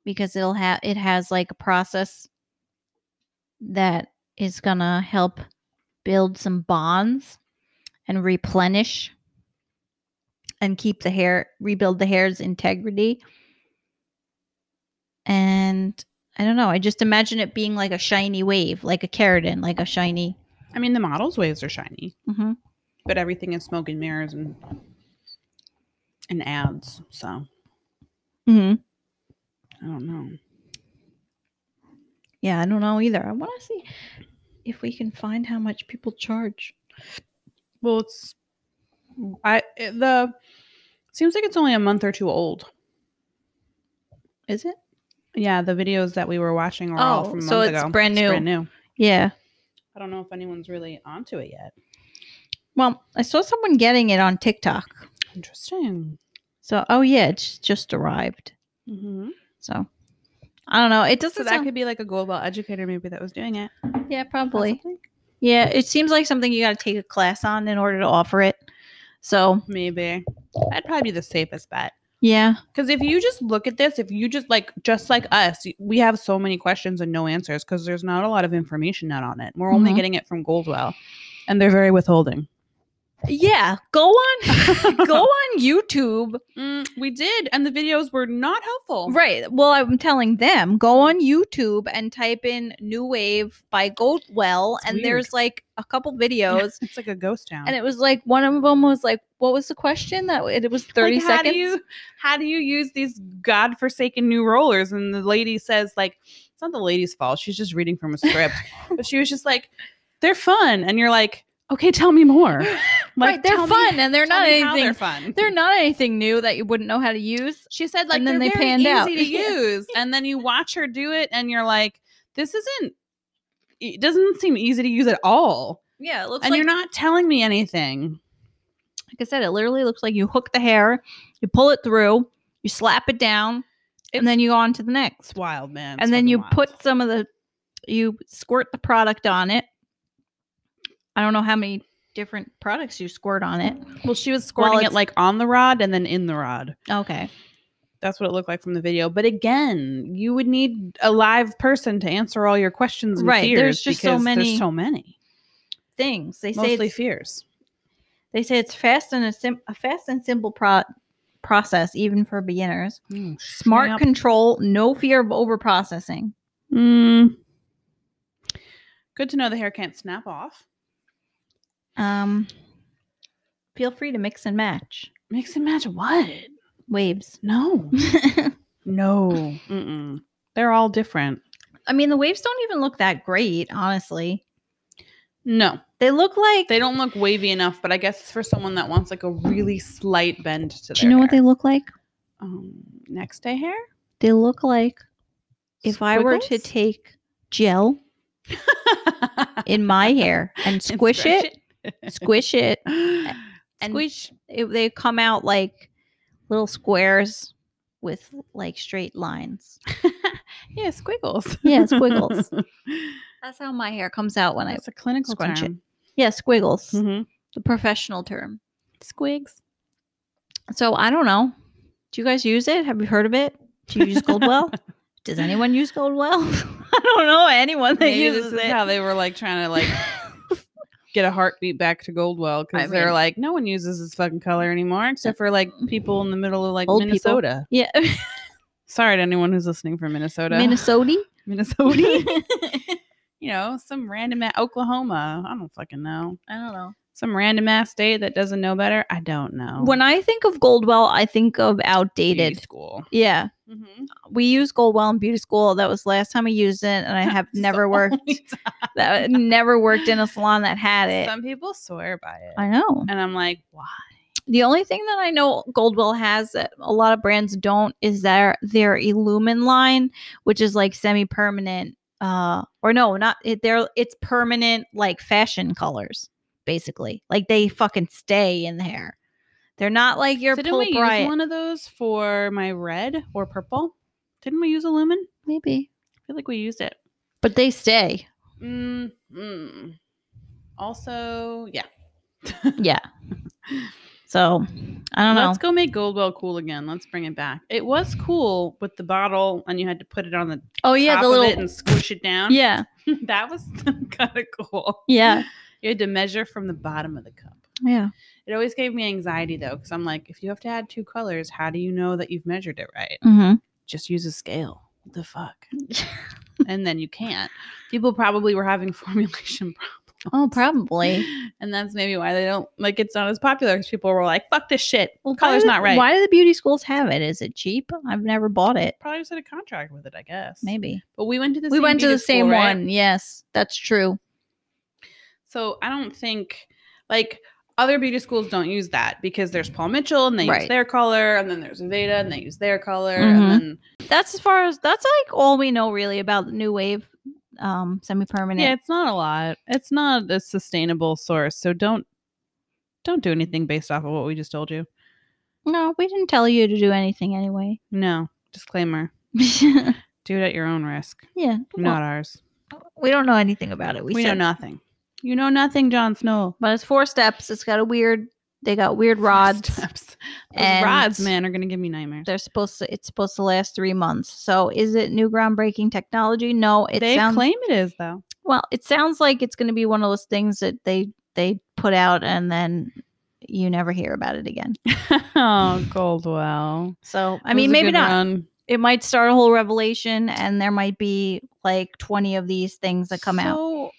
Speaker 1: because it'll have it has like a process that is gonna help build some bonds and replenish and keep the hair rebuild the hair's integrity and i don't know i just imagine it being like a shiny wave like a keratin like a shiny
Speaker 2: I mean, the model's waves are shiny,
Speaker 1: mm-hmm.
Speaker 2: but everything is smoke and mirrors and and ads. So
Speaker 1: Mm-hmm.
Speaker 2: I don't know.
Speaker 1: Yeah, I don't know either. I want to see if we can find how much people charge.
Speaker 2: Well, it's I it- the seems like it's only a month or two old.
Speaker 1: Is it?
Speaker 2: Yeah, the videos that we were watching were all
Speaker 1: Oh,
Speaker 2: from a
Speaker 1: so
Speaker 2: month
Speaker 1: it's
Speaker 2: ago.
Speaker 1: brand new.
Speaker 2: brand new.
Speaker 1: Yeah.
Speaker 2: I don't know if anyone's really onto it yet.
Speaker 1: Well, I saw someone getting it on TikTok.
Speaker 2: Interesting.
Speaker 1: So, oh yeah, it's just arrived.
Speaker 2: Mm-hmm.
Speaker 1: So, I don't know. It doesn't.
Speaker 2: So that
Speaker 1: sound-
Speaker 2: could be like a global educator maybe that was doing it.
Speaker 1: yeah, probably.
Speaker 2: possibly.
Speaker 1: Yeah, it seems like something you got to take a class on in order to offer it. So,
Speaker 2: Maybe. That'd probably be the safest bet.
Speaker 1: yeah,
Speaker 2: Because if you just look at this, if you just like, just like us, we have so many questions and no answers because there's not a lot of information out on it. We're only
Speaker 1: Mhm.
Speaker 2: getting it from Goldwell and they're very withholding.
Speaker 1: yeah. Go on, go on YouTube.
Speaker 2: Mm, we did. And the videos were not helpful.
Speaker 1: Right. Well, I'm telling them go on YouTube and type in "New Wave" by Goldwell,
Speaker 2: It's
Speaker 1: and
Speaker 2: weird.
Speaker 1: there's like a couple videos.
Speaker 2: It's like a ghost town.
Speaker 1: and it was like one of them was like, "What was the question?" That it was thirty
Speaker 2: Like, How
Speaker 1: seconds.
Speaker 2: do you how do you use these godforsaken new rollers? And the lady says, like, it's not the lady's fault. She's just reading from a script. but she was just like, they're fun. And you're like, okay, tell me more.
Speaker 1: right?
Speaker 2: Like,
Speaker 1: They're
Speaker 2: tell me-
Speaker 1: fun, and they're
Speaker 2: tell
Speaker 1: not
Speaker 2: me how
Speaker 1: anything.
Speaker 2: They're
Speaker 1: They're,
Speaker 2: fun.
Speaker 1: not anything new that you wouldn't know how to use.
Speaker 2: she said, like,
Speaker 1: and then
Speaker 2: they're
Speaker 1: they
Speaker 2: very
Speaker 1: panned
Speaker 2: easy
Speaker 1: out.
Speaker 2: to use. And then you watch her do it, and you're like, this isn't. It doesn't seem easy to use at all.
Speaker 1: Yeah, it looks
Speaker 2: and
Speaker 1: like
Speaker 2: you're not telling me anything.
Speaker 1: like I said, it literally looks like you hook the hair, you pull it through, you slap it down,
Speaker 2: It's-
Speaker 1: and then you go on to the next.
Speaker 2: It's wild, man. It's
Speaker 1: and then
Speaker 2: fucking
Speaker 1: you
Speaker 2: wild.
Speaker 1: put some of the you squirt the product on it i don't know how many different products you squirt on it
Speaker 2: Well, she was
Speaker 1: Well,
Speaker 2: squirting it
Speaker 1: it's-
Speaker 2: like on the rod and then in the rod.
Speaker 1: okay
Speaker 2: That's what it looked like from the video. But again, you would need a live person to answer all your questions and
Speaker 1: Right,
Speaker 2: fears.
Speaker 1: there's just so
Speaker 2: because
Speaker 1: many-
Speaker 2: There's so many.
Speaker 1: things they say
Speaker 2: Mostly
Speaker 1: it's,
Speaker 2: fears.
Speaker 1: they say it's fast and a, sim- a fast and simple pro- process even for beginners Mm, smart
Speaker 2: Yep.
Speaker 1: control no fear of over processing
Speaker 2: Mm. Good to know the hair can't snap off.
Speaker 1: um feel free to mix and match
Speaker 2: Mix and match what?
Speaker 1: waves
Speaker 2: No. no. Mm-mm. They're all different.
Speaker 1: i mean the waves don't even look that great honestly
Speaker 2: No.
Speaker 1: they look like
Speaker 2: They don't look wavy enough, but I guess it's for someone that wants like a really slight bend to their
Speaker 1: do you know what they
Speaker 2: hair.
Speaker 1: look like
Speaker 2: um, next day hair?
Speaker 1: they look like if I were to
Speaker 2: Squiggles?
Speaker 1: take gel in my hair and
Speaker 2: And
Speaker 1: squish, it,
Speaker 2: it.
Speaker 1: squish it. And-
Speaker 2: Squish.
Speaker 1: it. They come out like little squares with like straight lines.
Speaker 2: Yeah, squiggles.
Speaker 1: Yeah, squiggles. That's how my hair comes out when I.
Speaker 2: That's a clinical
Speaker 1: Scrunch it. Mm-hmm.
Speaker 2: term.
Speaker 1: Yeah, squiggles,
Speaker 2: Mhm.
Speaker 1: the professional term.
Speaker 2: Squigs.
Speaker 1: So I don't know. Do you guys use it? Have you heard of it? Do you use Goldwell? Does anyone use Goldwell? I don't know anyone that
Speaker 2: Maybe
Speaker 1: uses
Speaker 2: this is
Speaker 1: it.
Speaker 2: how they were like trying to like get a heartbeat back to Goldwell because
Speaker 1: I
Speaker 2: they're
Speaker 1: mean-
Speaker 2: like, no one uses this fucking color anymore except for like people in the middle of like
Speaker 1: Old people.
Speaker 2: Minnesota.
Speaker 1: yeah,
Speaker 2: Sorry to anyone who's listening from Minnesota,
Speaker 1: Minnesota.
Speaker 2: Minnesota. you know, some random at Oklahoma. I don't fucking know.
Speaker 1: I don't know.
Speaker 2: Some random ass state that doesn't know better. I don't know.
Speaker 1: When I think of Goldwell, I think of
Speaker 2: Oh. Beauty
Speaker 1: outdated.
Speaker 2: school.
Speaker 1: Yeah,
Speaker 2: Mm-hmm.
Speaker 1: we used Goldwell in beauty school. That was the last time I used it, and I have never worked. That never worked in a salon that had it.
Speaker 2: Some people swear by it,
Speaker 1: I know.
Speaker 2: and I'm like, why?
Speaker 1: The only thing that I know Goldwell has that a lot of brands don't is their their Illumin line, which is like semi permanent. Uh, or no, not it. They're it's permanent like fashion colors, basically. Like they fucking stay in there. They're not like your
Speaker 2: So didn't we
Speaker 1: Pulp
Speaker 2: use
Speaker 1: Riot.
Speaker 2: one of those for my red or purple? Didn't we use a lumen?
Speaker 1: Maybe,
Speaker 2: I feel like we used it.
Speaker 1: but they stay.
Speaker 2: Mm, mm. Also, yeah.
Speaker 1: Yeah. So I don't know.
Speaker 2: Let's go make Goldwell cool again. Let's bring it back. It was cool with the bottle, and you had to put it on the
Speaker 1: Oh yeah,
Speaker 2: top
Speaker 1: the
Speaker 2: of
Speaker 1: little
Speaker 2: it and squish it down.
Speaker 1: yeah
Speaker 2: that was kind of cool.
Speaker 1: yeah
Speaker 2: You had to measure from the bottom of the cup.
Speaker 1: yeah.
Speaker 2: It always gave me anxiety though, because I'm like, if you have to add two colors, how do you know that you've measured it right?
Speaker 1: Mm-hmm.
Speaker 2: Just use a scale. What the fuck? and then you can't. People probably were having formulation problems.
Speaker 1: Oh, probably.
Speaker 2: And that's maybe why they don't like it's not as popular because people were like, fuck this shit.
Speaker 1: Well, why
Speaker 2: Color's
Speaker 1: do-
Speaker 2: not right.
Speaker 1: Why do the beauty schools have it? Is it cheap? I've never bought it.
Speaker 2: Probably just had a contract with it, I guess.
Speaker 1: Maybe
Speaker 2: But we went to the
Speaker 1: we
Speaker 2: same
Speaker 1: went to
Speaker 2: beauty
Speaker 1: the same
Speaker 2: school, right?
Speaker 1: one. Yes, that's true.
Speaker 2: So I don't think like other beauty schools don't use that because there's Paul Mitchell and they
Speaker 1: Right.
Speaker 2: use their color, and then there's Aveda and they use their color,
Speaker 1: Mhm.
Speaker 2: and then
Speaker 1: That's as far as that's like all we know really about the new wave um semi-permanent.
Speaker 2: yeah, it's not a lot. It's not a sustainable source, so don't don't
Speaker 1: Mm-hmm.
Speaker 2: do anything based off of what we just told you.
Speaker 1: No, we didn't tell you to do anything anyway.
Speaker 2: No disclaimer.
Speaker 1: yeah,
Speaker 2: Do it at your own risk,
Speaker 1: well,
Speaker 2: not ours.
Speaker 1: we don't know anything about it. We,
Speaker 2: We,
Speaker 1: said.
Speaker 2: know nothing. You know nothing, Jon Snow.
Speaker 1: but it's four steps. It's got a weird. They got weird rods.
Speaker 2: Those
Speaker 1: and-
Speaker 2: rods, man, are gonna give me nightmares.
Speaker 1: They're supposed to. It's supposed to last three months. So is it new groundbreaking technology? No, it
Speaker 2: they
Speaker 1: sounds.
Speaker 2: claim it is though.
Speaker 1: Well, it sounds like it's going to be one of those things that they they put out and then you never hear about it again.
Speaker 2: oh, Goldwell.
Speaker 1: So, I
Speaker 2: It was
Speaker 1: mean,
Speaker 2: a
Speaker 1: maybe
Speaker 2: good
Speaker 1: not.
Speaker 2: run.
Speaker 1: It might start a whole revelation and there might be like 20 of these things that come out.
Speaker 2: So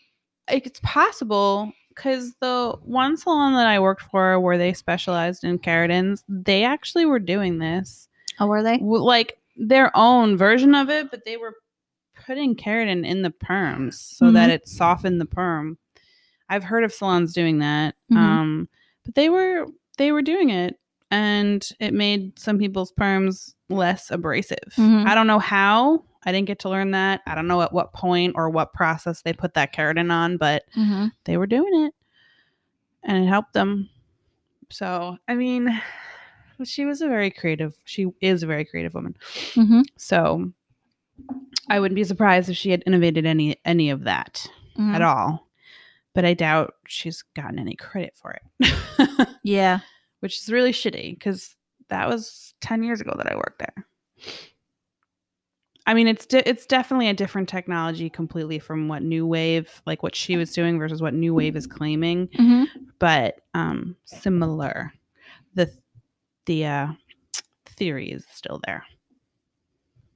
Speaker 2: it's possible because the one salon that I worked for where they specialized in keratins, they actually were doing this
Speaker 1: Oh, were they?
Speaker 2: w- like their own version of it, but they were putting keratin in the perms so that it softened the perm. I've heard of salons doing that.
Speaker 1: Mhm.
Speaker 2: Um, but they were they were doing it and it made some people's perms less abrasive.
Speaker 1: Mhm.
Speaker 2: I don't know how. I didn't get to learn that. I don't know at what point or what process they put that keratin on, but
Speaker 1: Mm-hmm.
Speaker 2: they were doing it and it helped them. So, I mean, she was a very creative. She is a very creative woman.
Speaker 1: Mm-hmm.
Speaker 2: So, I wouldn't be surprised if she had innovated any any of that
Speaker 1: Mm-hmm.
Speaker 2: at all. But I doubt she's gotten any credit for it.
Speaker 1: Yeah.
Speaker 2: Which is really shitty cuz that was 10 years ago that I worked there. I mean, it's di- it's definitely a different technology completely from what New Wave, like what she was doing versus what New Wave is claiming
Speaker 1: Mm-hmm.
Speaker 2: but um similar the the uh theory is still there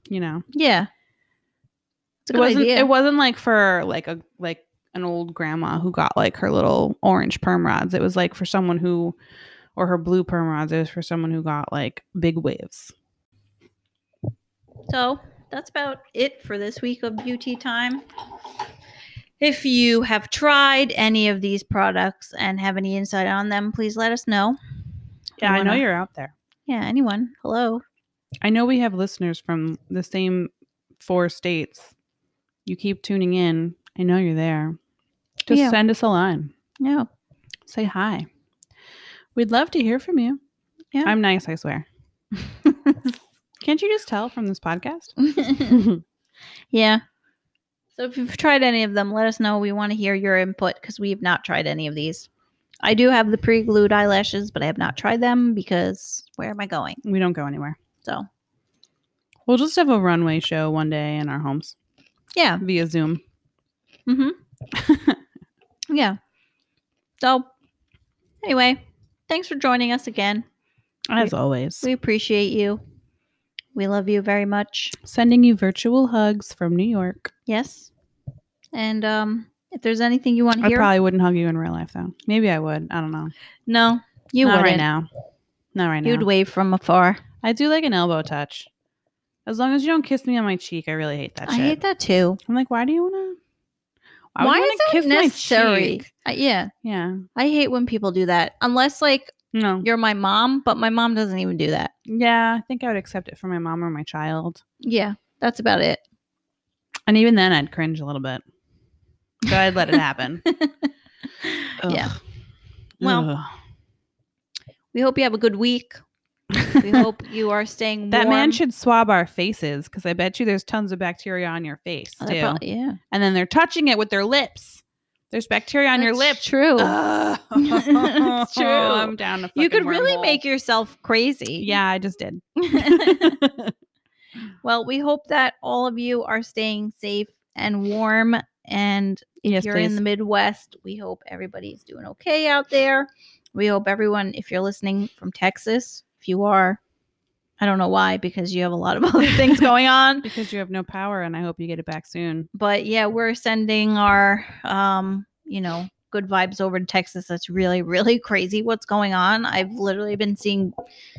Speaker 2: you know
Speaker 1: Yeah. It's a
Speaker 2: it
Speaker 1: good
Speaker 2: wasn't
Speaker 1: idea.
Speaker 2: it wasn't like for like a like an old grandma who got like her little orange perm rods it was like for someone who or her blue perm rods it was for someone who got like big waves
Speaker 1: So that's about it for this week of beauty time. If you have tried any of these products and have any insight on them, please let us know.
Speaker 2: yeah i know
Speaker 1: Wanna-
Speaker 2: you're out there
Speaker 1: Yeah, anyone. Hello.
Speaker 2: i know we have listeners from the same four states you keep tuning in I know you're there. Just
Speaker 1: Yeah.
Speaker 2: send us a line.
Speaker 1: Yeah.
Speaker 2: Say hi. We'd love to hear from you.
Speaker 1: Yeah.
Speaker 2: I'm nice, I swear. Can't you just tell from this podcast?
Speaker 1: yeah. So if you've tried any of them, let us know. We want to hear your input because we have not tried any of these. I do have the pre glued eyelashes, but I have not tried them because where am I going?
Speaker 2: we don't go anywhere.
Speaker 1: So,
Speaker 2: We'll just have a runway show one day in our homes
Speaker 1: yeah.
Speaker 2: via Zoom.
Speaker 1: Mm hmm. yeah. So, anyway, thanks for joining us again.
Speaker 2: As always,
Speaker 1: We appreciate you. We love you very much.
Speaker 2: sending you virtual hugs from New York.
Speaker 1: Yes. And um, if there's anything you want to
Speaker 2: I
Speaker 1: hear,
Speaker 2: probably wouldn't hug you in real life, though. Maybe I would. I don't know.
Speaker 1: no, you
Speaker 2: Not
Speaker 1: wouldn't.
Speaker 2: right now. Not right now.
Speaker 1: You'd wave from afar.
Speaker 2: I do like an elbow touch. As long as you don't kiss me on my cheek, I really hate that
Speaker 1: I
Speaker 2: shit.
Speaker 1: hate that too.
Speaker 2: I'm like, why do you wanna?
Speaker 1: Why, is
Speaker 2: would you wanna
Speaker 1: that
Speaker 2: kiss my
Speaker 1: necessary?
Speaker 2: cheek?
Speaker 1: Uh, yeah,
Speaker 2: Yeah.
Speaker 1: I hate when people do that. Unless like
Speaker 2: No.
Speaker 1: you're my mom, but my mom doesn't even do that.
Speaker 2: Yeah, I think I would accept it for my mom or my child.
Speaker 1: Yeah, that's about it.
Speaker 2: And even then, I'd cringe a little bit. So I'd let it happen.
Speaker 1: Yeah.
Speaker 2: Ugh.
Speaker 1: Well,
Speaker 2: Ugh.
Speaker 1: We hope you have a good week. We hope you are staying
Speaker 2: that man
Speaker 1: warm.
Speaker 2: should swab our faces because I bet you there's tons of bacteria on your face
Speaker 1: Uh,
Speaker 2: too.
Speaker 1: prob- yeah,
Speaker 2: and then they're touching it with their lips. There's bacteria on your
Speaker 1: That's
Speaker 2: lips.
Speaker 1: True.
Speaker 2: Ugh.
Speaker 1: It's true.
Speaker 2: I'm down. a
Speaker 1: you
Speaker 2: fucking
Speaker 1: could really
Speaker 2: wormhole.
Speaker 1: make yourself crazy.
Speaker 2: Yeah, I just did.
Speaker 1: well, we hope that all of you are staying safe and warm. And if
Speaker 2: Yes,
Speaker 1: you're in
Speaker 2: please.
Speaker 1: the Midwest, we hope everybody's doing okay out there. We hope everyone, if you're listening from Texas, if you are, I don't know why, because you have a lot of other things going on.
Speaker 2: because you have no power, and I hope you get it back soon.
Speaker 1: But yeah, we're sending our, um, you know, good vibes over to Texas. That's really, really crazy what's going on. I've literally been seeing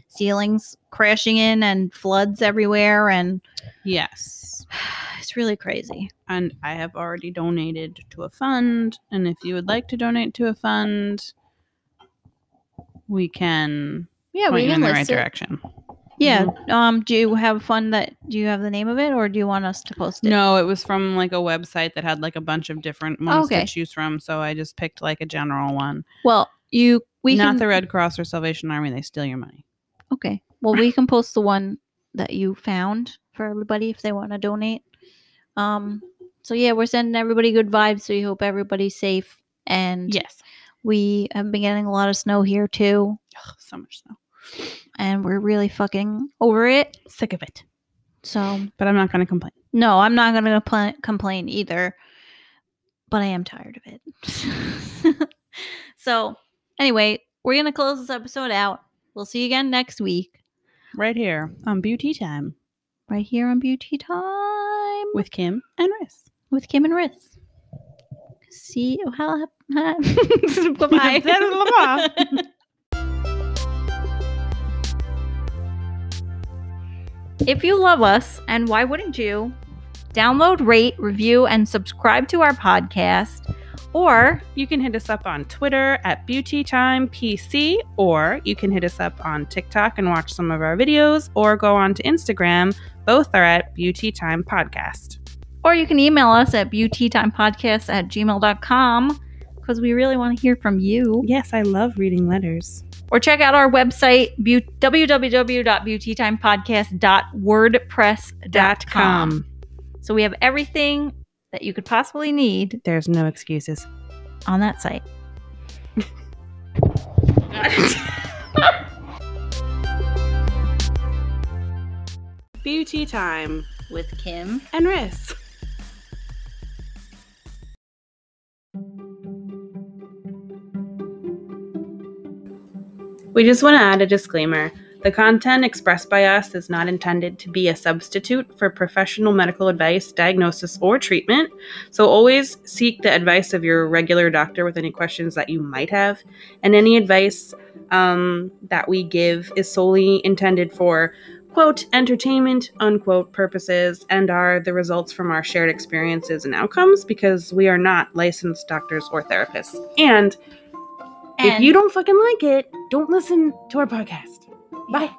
Speaker 1: ceilings crashing in and floods everywhere. And
Speaker 2: Yes.
Speaker 1: it's really crazy.
Speaker 2: And I have already donated to a fund. And if you would like to donate to a fund, we can
Speaker 1: Yeah,
Speaker 2: point you in the right
Speaker 1: it.
Speaker 2: direction.
Speaker 1: Yeah. Um. Do you have fun that? Do you have the name of it, or do you want us to post it?
Speaker 2: No, it was from like a website that had like a bunch of different ones
Speaker 1: Oh, Okay.
Speaker 2: to choose from. So I just picked like a general one.
Speaker 1: Well, you. We
Speaker 2: Not
Speaker 1: can.
Speaker 2: the Red Cross or Salvation Army. They steal your money.
Speaker 1: okay. Well, we can post the one that you found for everybody if they want to donate. Um. So yeah, we're sending everybody good vibes. So we hope everybody's safe. And
Speaker 2: Yes.
Speaker 1: we have been getting a lot of snow here too,
Speaker 2: Ugh, so much snow.
Speaker 1: and we're really fucking over it.
Speaker 2: Sick of it.
Speaker 1: So
Speaker 2: But I'm not going to complain.
Speaker 1: No, I'm not going to compl- complain either, but I am tired of it. so, anyway, we're going to close this episode out. We'll see you again next week,
Speaker 2: Right here on Beauty Time
Speaker 1: right here on Beauty Time with,
Speaker 2: with Kim and Riss.
Speaker 1: with Kim and Riz. See oh, you. Well, Goodbye. If you love us, and why wouldn't you, download, rate, review, and subscribe to our podcast. Or
Speaker 2: You can hit us up on Twitter at BeautyTimePC, or you can hit us up on TikTok and watch some of our videos, or go on to Instagram. Both are at Beauty Time Podcast.
Speaker 1: or you can email us at beautytimepodcast at gmail.com because we really want to hear from you.
Speaker 2: Yes, I love reading letters.
Speaker 1: Or check out our website, beau- www.beautytimepodcast.wordpress.com.
Speaker 2: Com.
Speaker 1: So we have everything that you could possibly need
Speaker 2: There's no excuses.
Speaker 1: on that site.
Speaker 2: Beauty Time
Speaker 1: With Kim.
Speaker 2: and Riss. We just want to add a disclaimer. The content expressed by us is not intended to be a substitute for professional medical advice, diagnosis, or treatment, so always seek the advice of your regular doctor with any questions that you might have. And any advice um, that we give is solely intended for quote entertainment unquote purposes and are the results from our shared experiences and outcomes because we are not licensed doctors or therapists and if you don't fucking like it, don't listen to our podcast. Bye.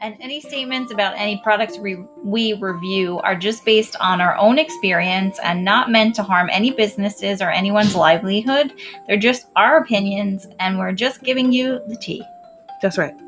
Speaker 1: and any statements about any products re- we review are just based on our own experience and not meant to harm any businesses or anyone's livelihood. They're just our opinions, and we're just giving you the tea.
Speaker 2: That's right.